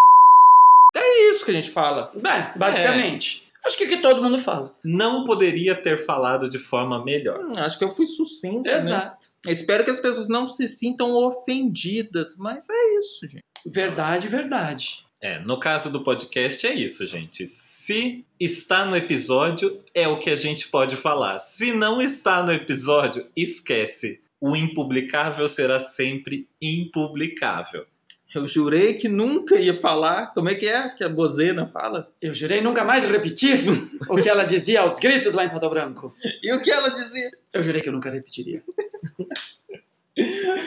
É isso que a gente fala. Bem, basicamente. Acho que é o que todo mundo fala. Não poderia ter falado de forma melhor. Hum, acho que eu fui sucinto. né? Exato. Espero que as pessoas não se sintam ofendidas, mas é isso, gente. Verdade, verdade. É, no caso do podcast é isso, gente. Se está no episódio, é o que a gente pode falar. Se não está no episódio, esquece. O impublicável será sempre impublicável. Eu jurei que nunca ia falar. Como é que é que a Bozena fala? Eu jurei nunca mais repetir o que ela dizia aos gritos lá em Pato Branco. E o que ela dizia? Eu jurei que eu nunca repetiria.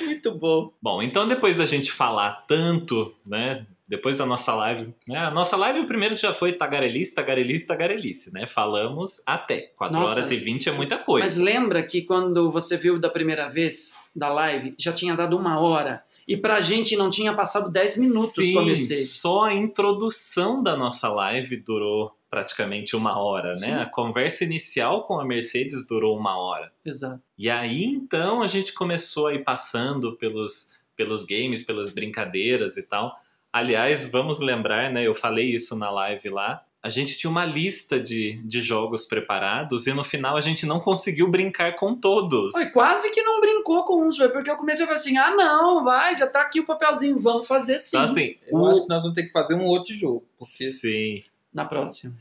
Muito bom. Bom, então depois da gente falar tanto, né? Depois da nossa live, né? A nossa live, o primeiro que já foi tagarelice, tagarelice, tagarelice, né? Falamos até. 4 Nossa. horas e 20 é muita coisa. Mas lembra que quando você viu da primeira vez da live, já tinha dado uma hora. E pra gente não tinha passado 10 minutos Sim, com a Mercedes. Só a introdução da nossa live durou praticamente uma hora, Sim. né? A conversa inicial com a Mercedes durou uma hora. Exato. E aí então a gente começou a ir passando pelos, pelos games, pelas brincadeiras e tal. Aliás, vamos lembrar, né? Eu falei isso na live lá. A gente tinha uma lista de, de jogos preparados e no final a gente não conseguiu brincar com todos. Oi, quase que não brincou com uns, velho, porque eu comecei a falar assim: ah, não, vai, já tá aqui o papelzinho, vamos fazer Tá sim. então, assim, Eu o- é acho que nós vamos ter que fazer um outro jogo. Porque Sim. Na próxima.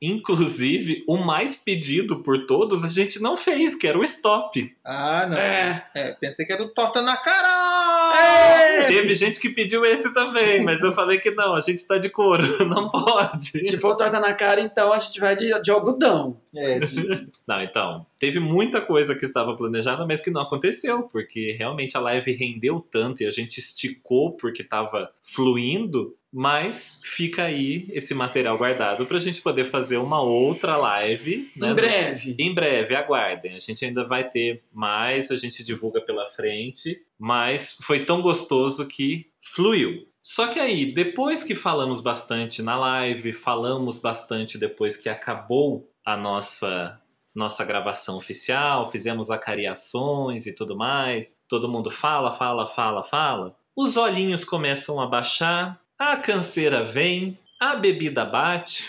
Inclusive, o mais pedido por todos a gente não fez, que era o stop. Ah, não. É. É, pensei que era o torta na cara! É. Teve gente que pediu esse também, mas eu falei que não, a gente tá de couro, não pode. Se for torta na cara, então a gente vai de, de algodão. É, de- Não, então, teve muita coisa que estava planejada, mas que não aconteceu, porque realmente a live rendeu tanto e a gente esticou porque tava fluindo, mas fica aí esse material guardado pra gente poder fazer uma outra live, né? Em breve. Em breve, aguardem. A gente ainda vai ter mais, a gente divulga pela frente. Mas foi tão gostoso que fluiu. Só que aí, depois que falamos bastante na live, falamos bastante depois que acabou a nossa nossa gravação oficial, fizemos acariações e tudo mais. Todo mundo fala, fala, fala, fala. Os olhinhos começam a baixar, a canseira vem, a bebida bate.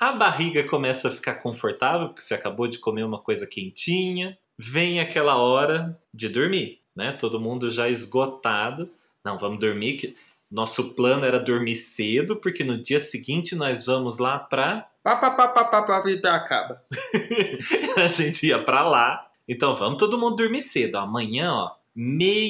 A barriga começa a ficar confortável, porque você acabou de comer uma coisa quentinha. Vem aquela hora de dormir, né? Todo mundo já esgotado. Não, vamos dormir. Que... Nosso plano era dormir cedo, porque no dia seguinte nós vamos lá pra. pá, pá, pá, pá, pá, pá, e acaba. a gente ia pra lá. Então vamos todo mundo dormir cedo. Amanhã, ó,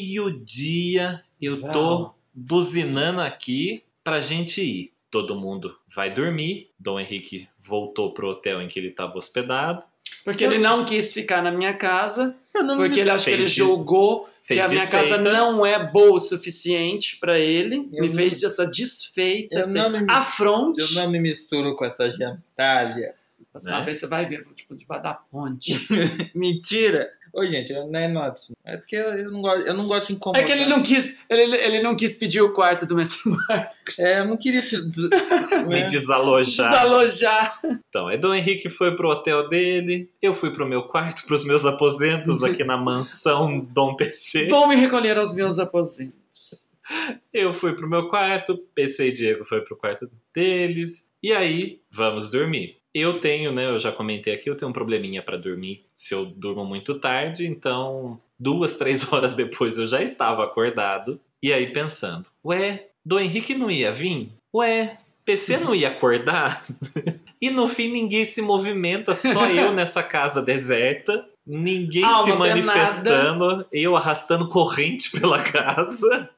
meio-dia, eu tô Vamos. buzinando aqui pra gente ir. Todo mundo vai dormir. Dom Henrique voltou pro hotel em que ele estava hospedado. Porque ele não quis ficar na minha casa, Eu não porque ele me... acha que ele Fez des- julgou que Fez a minha desfeita. casa não é boa o suficiente pra ele. Eu me não- fez essa desfeita, Eu assim, não me- afronte. Eu não me misturo com essa gentalha. Próxima Né? vez você vai ver, eu vou, tipo, debaixo da ponte. Mentira! Ô, gente, não é nosso. É porque eu, eu não gosto, eu não gosto de É incomodar. que ele não quis, ele, ele não quis pedir o quarto do Messi Marcos. É, eu não queria te... des- me é. né? desalojar. Desalojar. Então, aí Dom Henrique foi pro hotel dele, eu fui pro meu quarto, pros meus aposentos aqui na mansão Dom PC. Vou me recolher aos meus aposentos. Eu fui pro meu quarto, PC e Diego foi pro quarto deles. E aí, vamos dormir. Eu tenho, né, eu já comentei aqui, eu tenho um probleminha pra dormir se eu durmo muito tarde, então duas, três horas depois eu já estava acordado. E aí pensando, ué, do Henrique não ia vir? Ué, PC não ia acordar? e no fim ninguém se movimenta, só eu nessa casa deserta, ninguém se Alma penada. manifestando, eu arrastando corrente pela casa.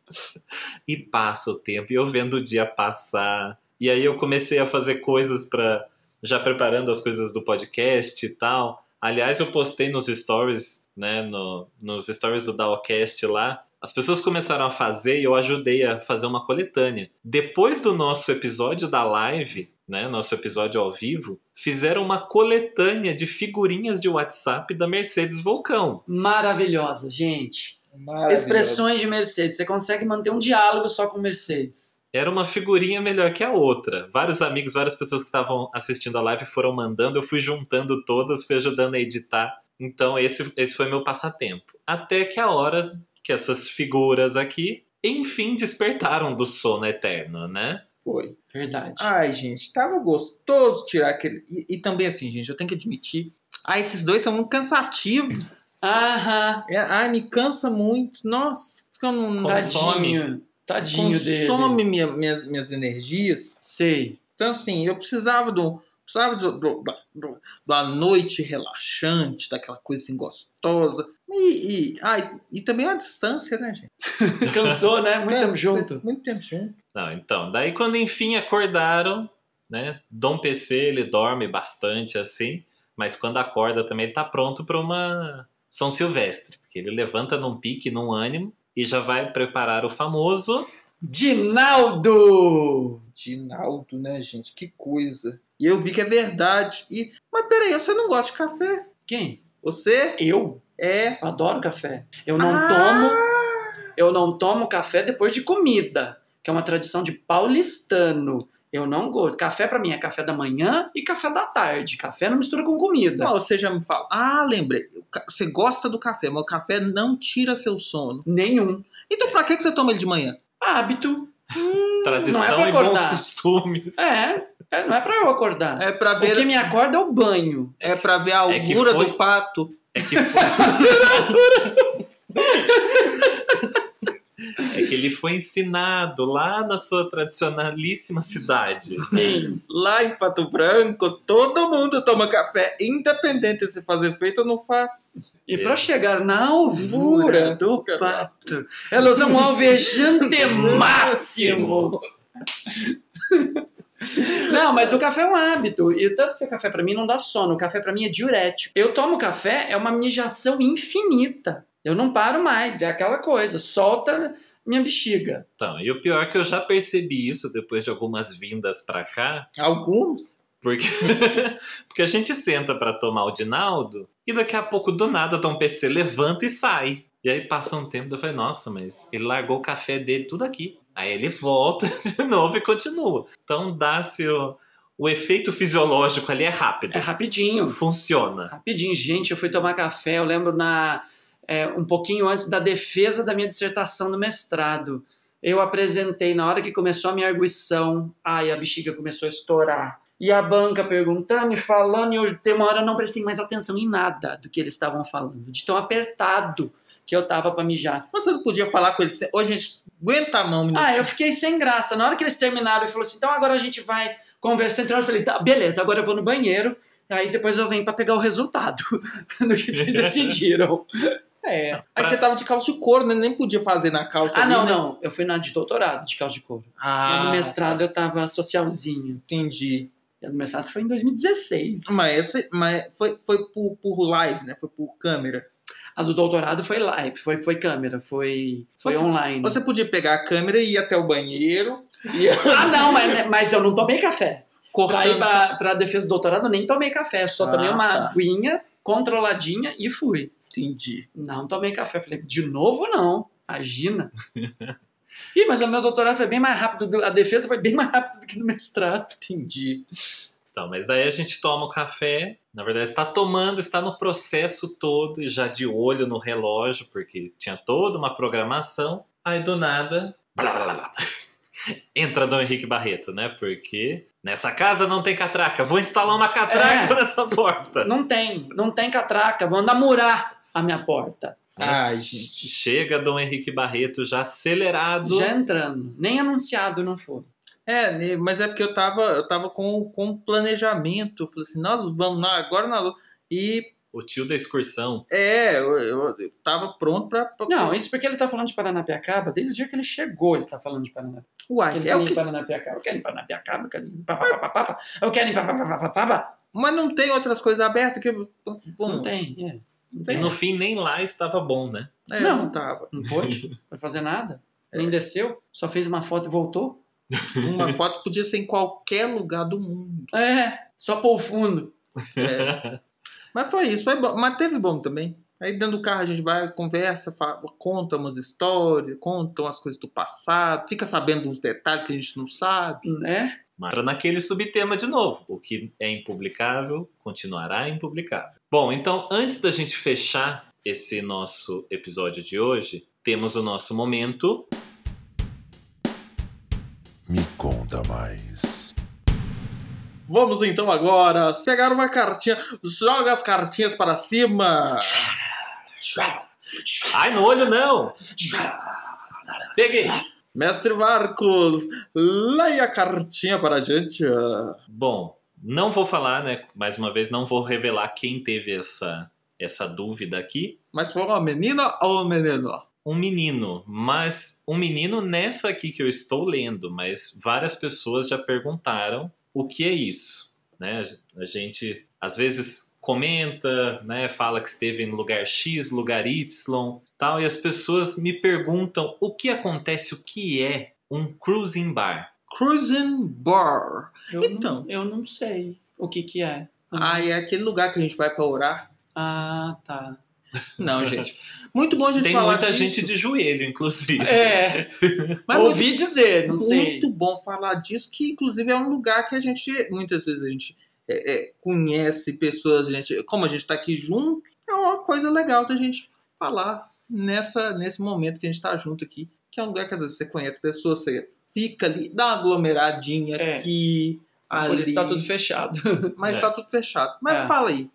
e passa o tempo, e eu vendo o dia passar. E aí eu comecei a fazer coisas para já preparando as coisas do podcast e tal. Aliás, eu postei nos stories, né? no- nos stories do Dowcast lá. As pessoas começaram a fazer e eu ajudei a fazer uma coletânea. Depois do nosso episódio da live, né? Nosso episódio ao vivo, fizeram uma coletânea de figurinhas de WhatsApp da Mercedes Vulcão. Maravilhosa, gente. Maravilhoso. Expressões de Mercedes. Você consegue manter um diálogo só com Mercedes. Era uma figurinha melhor que a outra. Vários amigos, várias pessoas que estavam assistindo a live foram mandando, eu fui juntando todas, fui ajudando a editar. Então, esse, esse foi meu passatempo. Até que a hora que essas figuras aqui, enfim, despertaram do sono eterno, né? Foi. Verdade. Ai, gente, tava gostoso tirar aquele. E, e também, assim, gente, eu tenho que admitir. Ah, esses dois são muito cansativos. Aham. É, ai, me cansa muito. Nossa, por que eu não. não- Consome. Tadinho. Tadinho dele. consome minha- minhas, minhas energias. Sei. Então, assim, eu precisava do. Precisava do, do, da- do- da noite relaxante, daquela coisa assim, gostosa. E, e, ai, e também a distância, né, gente? Cansou, né? Muito É, tempo junto. Muito tempo junto. Não, então, daí quando enfim acordaram, né? Dom PC, ele dorme bastante assim, mas quando acorda também ele tá pronto pra uma São Silvestre, porque ele levanta num pique, num ânimo e já vai preparar o famoso. Dinaldo! Dinaldo, né, gente? Que coisa. E eu vi que é verdade. E... Mas peraí, você não gosta de café? Quem? Você Eu? é. Eu adoro café. Eu não Ah! tomo, eu não tomo café depois de comida, que é uma tradição de paulistano. Eu não gosto. Café pra mim é café da manhã e café da tarde. Café não mistura com comida. Não, você já me fala. Ah, lembrei. O ca- Você gosta do café, mas o café não tira seu sono. Nenhum. Então pra que que você toma ele de manhã? Hábito. Tradição é pra e bons acordar. costumes. É, é, não é pra eu acordar. É pra O que ver, me acorda é o banho. é pra ver a É que alvura foi- do pato. É que foi. É que ele foi ensinado lá na sua tradicionalíssima cidade. Sim. Lá em Pato Branco, todo mundo toma café, independente se fazer feito ou não faz. E pra chegar na alvura Alvura do do pato. pato, elas são um alvejante máximo. Não, mas o café é um hábito. E tanto que o café pra mim não dá sono. O café pra mim é diurético. Eu tomo café, é uma mijação infinita. Eu não paro mais. É aquela coisa. Solta minha bexiga. Então, e o pior é que eu já percebi isso depois de algumas vindas pra cá, Alguns? porque, porque a gente senta pra tomar o Dinaldo e daqui a pouco do nada Tom PC levanta e sai. E aí passa um tempo, eu falei, nossa, mas ele largou o café dele tudo aqui. Aí ele volta de novo e continua. Então dá-se o, o efeito fisiológico ali é rápido. É rapidinho. Funciona. Rapidinho, gente, eu fui tomar café, eu lembro na é, um pouquinho antes da defesa da minha dissertação do mestrado. Eu apresentei na hora que começou a minha arguição, ai, a bexiga começou a estourar. E a banca perguntando e falando, e eu tem uma hora eu não prestei mais atenção em nada do que eles estavam falando, de tão apertado que eu tava pra mijar. Mas Você não podia falar com eles. Ô, gente, aguenta a mão, menino. Ah, eu fiquei sem graça. Na hora que eles terminaram, eu falou assim: então agora a gente vai conversar entre nós. Eu falei: tá, beleza, agora eu vou no banheiro. Aí depois eu venho pra pegar o resultado do que vocês decidiram. É. Aí você tava de calça de couro, né? Nem podia fazer na calça. Ah, ali, não, né? não. Eu fui na de doutorado de calça de couro. E no Ah, mestrado eu tava socialzinho. entendi. E no mestrado foi em 2016. Mas, esse, mas foi, foi por, por live, né? Foi por câmera. A do doutorado foi live, foi, foi câmera, foi, foi Você- online. Você podia pegar a câmera e ir até o banheiro e Ah, não, mas, mas eu não tomei café. Pra ir cortando. pra, pra defesa do doutorado, eu nem tomei café. Eu Só Ah, tomei uma tá. aguinha controladinha e fui. Entendi. Não tomei café. Falei, de novo não. Imagina. Ih, mas o meu doutorado foi bem mais rápido. do- a defesa foi bem mais rápido do que no mestrado. Entendi. Então, mas daí a gente toma o café. Na verdade, está tomando, está no processo todo e já de olho no relógio, porque tinha toda uma programação. Aí do nada, blá, blá, blá, entra Dom Henrique Barreto, né? Porque nessa casa não tem catraca. Vou instalar uma catraca É. nessa porta. Não tem, não tem catraca. Vão namorar a minha porta. Ai, Ah, gente. Chega Dom Henrique Barreto já acelerado. Já entrando. Nem anunciado não foi. É, né, mas é porque eu tava, eu tava com, com um planejamento. Eu falei assim, nós vamos lá, agora na lua. E O tio da excursão. é, eu, eu, eu tava pronto pra. pra- Não, isso porque ele tá falando de Paranapiacaba, desde o dia que ele chegou, ele tá falando de Paranapiacaba. Uai, Ele é quer o ir em que. Paranapiacaba, eu quero ir em Paranapiacaba, eu quero ir em papapapapapa, eu quero ir em papapapapapa. Mas não tem outras coisas abertas que. Não Bom, tem, é. Não E tem. no fim nem lá estava bom, né? É, Não. não. tava. Não pôde, não foi fazer nada. É. Nem desceu, só fez uma foto e voltou. Uma foto podia ser em qualquer lugar do mundo. É, só pôr o fundo. É. Mas foi isso, foi bom. Mas teve bom também. Aí dentro do carro a gente vai, conversa, fala, conta umas histórias, conta umas coisas do passado, fica sabendo uns detalhes que a gente não sabe. Né? Mas entra naquele subtema de novo. O que é impublicável continuará impublicável. Bom, então antes da gente fechar esse nosso episódio de hoje, temos o nosso momento. Me conta mais. Vamos então agora pegar uma cartinha, joga as cartinhas para cima. Ai, no olho não! Peguei! Mestre Marcos, leia a cartinha para a gente. Bom, não vou falar, né? Mais uma vez, não vou revelar quem teve essa, essa dúvida aqui. Mas foi uma menina ou um menino? Um menino, mas um menino nessa aqui que eu estou lendo, mas várias pessoas já perguntaram o que é isso, né? A gente às vezes comenta, né, fala que esteve em lugar X, lugar Y, tal, e as pessoas me perguntam o que acontece, o que é um cruising bar. Cruising Bar. Eu Então. não, eu não sei o que que é. Hum. Ah, é aquele lugar que a gente vai pra orar. Ah, tá. Não, gente. Muito bom a gente Tem falar muita disso. gente de joelho, inclusive. É, Mas muito- ouvi dizer, não sei. Muito bom falar disso, que inclusive é um lugar que a gente, muitas vezes a gente é, é, conhece pessoas, a gente, como a gente está aqui junto, é uma coisa legal da gente falar nessa, nesse momento que a gente está junto aqui, que é um lugar que às vezes você conhece pessoas, você fica ali, dá uma aglomeradinha É. aqui, ali, Por isso tá tudo fechado. mas É. está tudo fechado. Mas É. fala aí,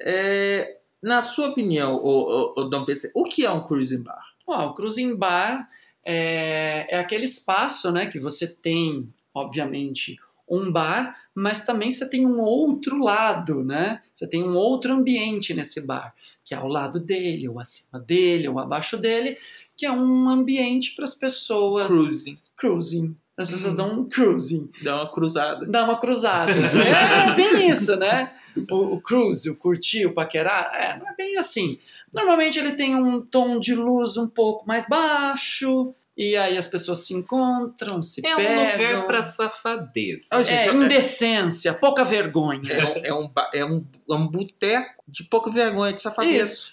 é, na sua opinião, o, Dom PC, o que é um cruising bar? Ó, o cruising bar é, é aquele espaço, né, que você tem, obviamente, um bar, mas também você tem um outro lado, né? Você tem um outro ambiente nesse bar, que é ao lado dele, ou acima dele, ou abaixo dele, que é um ambiente para as pessoas Cruising, cruising. As pessoas Hum. dão um cruising, dá uma cruzada. dá uma cruzada. é bem isso, né? O, o cruise, o curtir, o paquerar, é, não é bem assim. Normalmente ele tem um tom de luz um pouco mais baixo, e aí as pessoas se encontram, se É um pegam. lugar pra safadeza. Ah, gente, É, eu- indecência, pouca vergonha. É um, é um, ba- é um, é um boteco de pouca vergonha, de safadeza. Isso.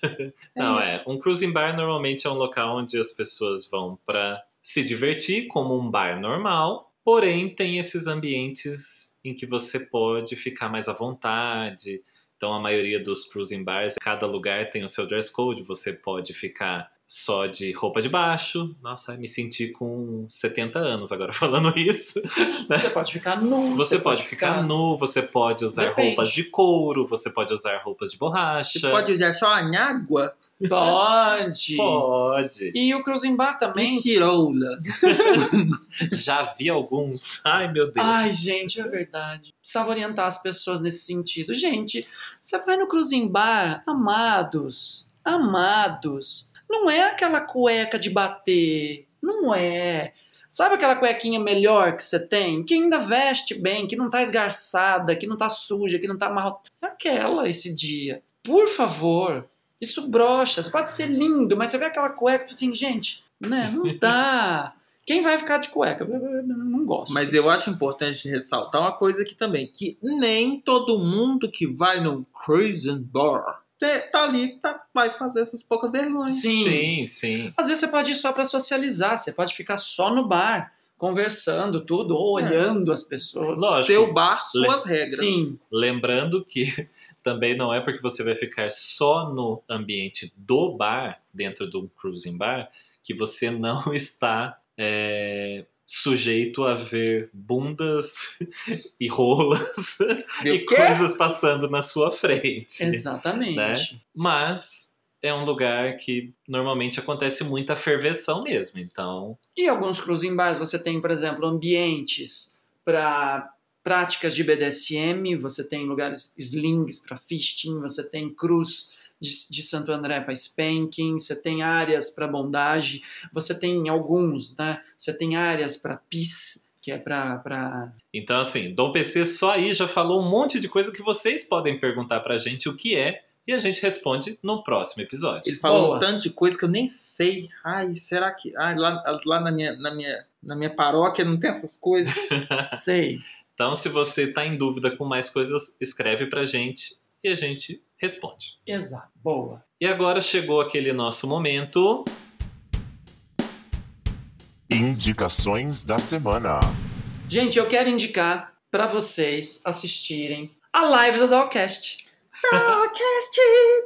Não, isso. é. Um cruising bar normalmente é um local onde as pessoas vão pra se divertir, como um bar normal, porém tem esses ambientes em que você pode ficar mais à vontade. Então, a maioria dos cruising bars, cada lugar tem o seu dress code, você pode ficar só de roupa de baixo. Nossa, me senti com 70 anos agora falando isso. Você pode ficar nu. Você pode ficar nu, você pode usar Depende. roupas de couro, você pode usar roupas de borracha. é. Você pode usar só a água Pode. Pode. E o cruising bar também e ciroula. Já vi alguns. Ai, meu Deus. Ai, gente, é verdade. Precisava orientar as pessoas nesse sentido. Gente, você vai no cruising bar, amados, amados. Não é aquela cueca de bater, não é. Sabe aquela cuequinha melhor que você tem? Que ainda veste bem, que não tá esgarçada, que não tá suja, que não tá mal. É aquela esse dia. Por favor, isso brocha. Você pode ser lindo, mas você vê aquela cueca e fala assim, gente, né? Não dá. Quem vai ficar de cueca? Eu- eu- eu Não gosto. Mas eu acho importante ressaltar uma coisa aqui também, que nem todo mundo que vai num cruising bar te- tá ali, tá, vai fazer essas poucas vergonhas. Sim. Sim, sim. Às vezes você pode ir só para socializar, você pode ficar só no bar, conversando tudo, ou É. olhando as pessoas. Lógico. Seu bar, suas regras. Sim, Lembrando que também não é porque você vai ficar só no ambiente do bar, dentro de um cruising bar, que você não está é, sujeito a ver bundas e rolas E e o quê? coisas passando na sua frente. exatamente. Mas é um lugar que normalmente acontece muita ferveção mesmo. Então, E alguns cruising bars você tem, por exemplo, ambientes para práticas de BDSM, você tem lugares slings para fisting, você tem cruz de, de Santo André para spanking, você tem áreas para bondage, você tem alguns, né? Você tem áreas para pis, que é para Então, assim, Dom PC só aí já falou um monte de coisa que vocês podem perguntar pra gente o que é e a gente responde no próximo episódio. Ele falou Boa. um tanto de coisa que eu nem sei. Ai, será que. Ai, lá, lá na, minha, na, minha, na minha paróquia não tem essas coisas? Sei. Então, se você tá em dúvida com mais coisas, escreve pra gente e a gente responde. Exato. Boa. E agora chegou aquele nosso momento. Indicações da semana. Gente, eu quero indicar para vocês assistirem a live do Dalcast. Talkcast,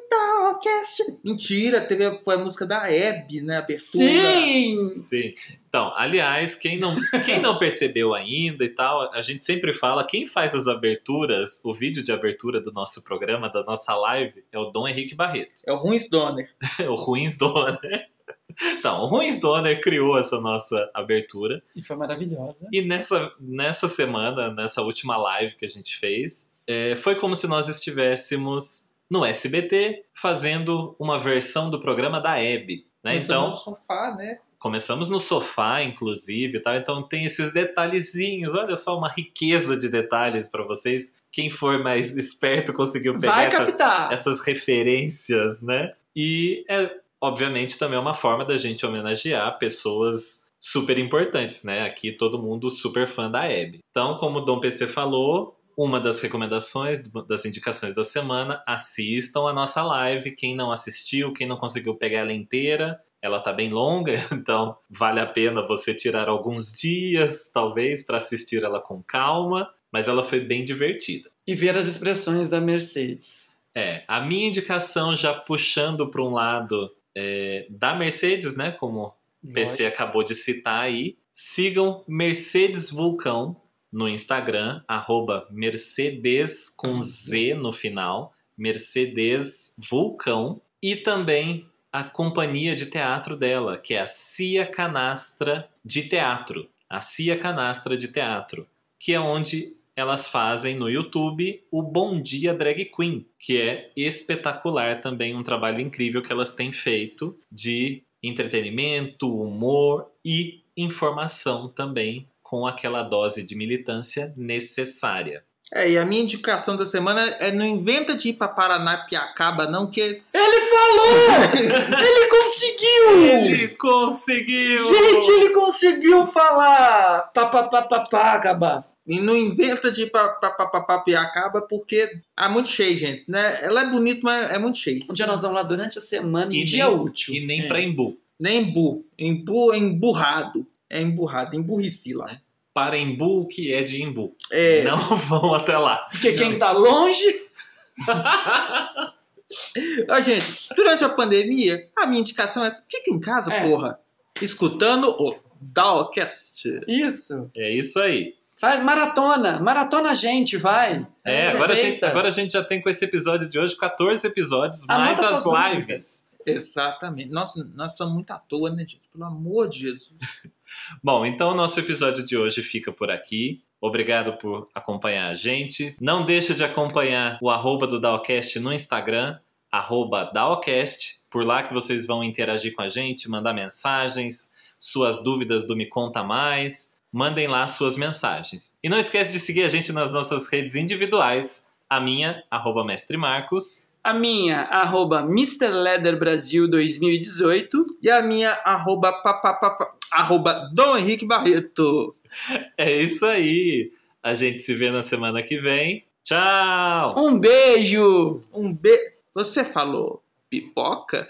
Talkcast. Mentira, teve a- foi a música da Hebe, né? a Abertura. Sim! Sim. Então, aliás, quem não, quem não percebeu ainda e tal, a gente sempre fala, quem faz as aberturas, o vídeo de abertura do nosso programa, da nossa live, é o Dom Henrique Barreto. É o Ruins Donner. É o Ruins Donner. Então, o Ruins Donner criou essa nossa abertura. E foi maravilhosa. E nessa, nessa semana, nessa última live que a gente fez, é, foi como se nós estivéssemos no SBT fazendo uma versão do programa da Hebe. Né? Começou Então, no sofá, né? Começamos no sofá, inclusive, tá? então tem esses detalhezinhos. Olha só uma riqueza de detalhes para vocês. Quem for mais esperto conseguiu pegar Vai essas, captar! essas referências, né? E é, obviamente, também é uma forma da gente homenagear pessoas super importantes, né? Aqui todo mundo super fã da Abby. Então, como o Dom PC falou, uma das recomendações, das indicações da semana, assistam a nossa live. Quem não assistiu, quem não conseguiu pegar ela inteira, ela tá bem longa, então vale a pena você tirar alguns dias, talvez, para assistir ela com calma, mas ela foi bem divertida. E ver as expressões da Mercedes. É, a minha indicação já puxando para um lado é, da Mercedes, né? Como o PC acabou de citar aí. Sigam Mercedes Vulcão no Instagram, arroba Mercedes com Z no final, Mercedes Vulcão. E também a companhia de teatro dela, que é a Cia Canastra de Teatro. A Cia Canastra de Teatro, que é onde elas fazem no YouTube o Bom Dia Drag Queen, que é espetacular também, um trabalho incrível que elas têm feito de entretenimento, humor e informação também, com aquela dose de militância necessária. É, e a minha indicação da semana é não inventa de ir pra Paraná Piacaba, não, que Ele falou! ele conseguiu! Ele conseguiu! Gente, ele conseguiu falar! Pá, pá, pá, pá, pá, acabar. E não inventa de ir pra, pra, pra, pra, pra Piacaba, porque é muito cheio, gente, né? Ela é bonita, mas é muito cheio. Um dia nós vamos lá durante a semana, E em nem- dia útil. E nem É. pra Embu. Nem Né, embu. Embu é emburrado. É emburrado, emburrici lá. Para Embu, o que é de Embu. É, Não vão até lá. Porque quem tá longe, Ó, gente, durante a pandemia, a minha indicação é essa. Fica em casa, É. porra. Escutando o Dalcast. isso. É isso aí. Faz maratona, maratona a gente, vai. É, agora a, gente, Perfeita. agora a gente já tem com esse episódio de hoje 14 episódios, Anota mais as suas lives. dúvidas. Exatamente. Nossa, nós somos muito à toa, né, gente? Pelo amor de Jesus. Bom, então o nosso episódio de hoje fica por aqui. Obrigado por acompanhar a gente. Não deixa de acompanhar o arroba do Dalcast no Instagram, arroba Dalcast. Por lá que vocês vão interagir com a gente, mandar mensagens, suas dúvidas do Me Conta Mais. Mandem lá suas mensagens. E não esquece de seguir a gente nas nossas redes individuais. A minha, arroba Mestre Marcos. A minha, arroba Mr. Leather Brasil 2018. E a minha arroba, papapapa, arroba Dom Henrique Barreto. É isso aí. A gente se vê na semana que vem. Tchau! Um beijo! Um beijo. Você falou pipoca?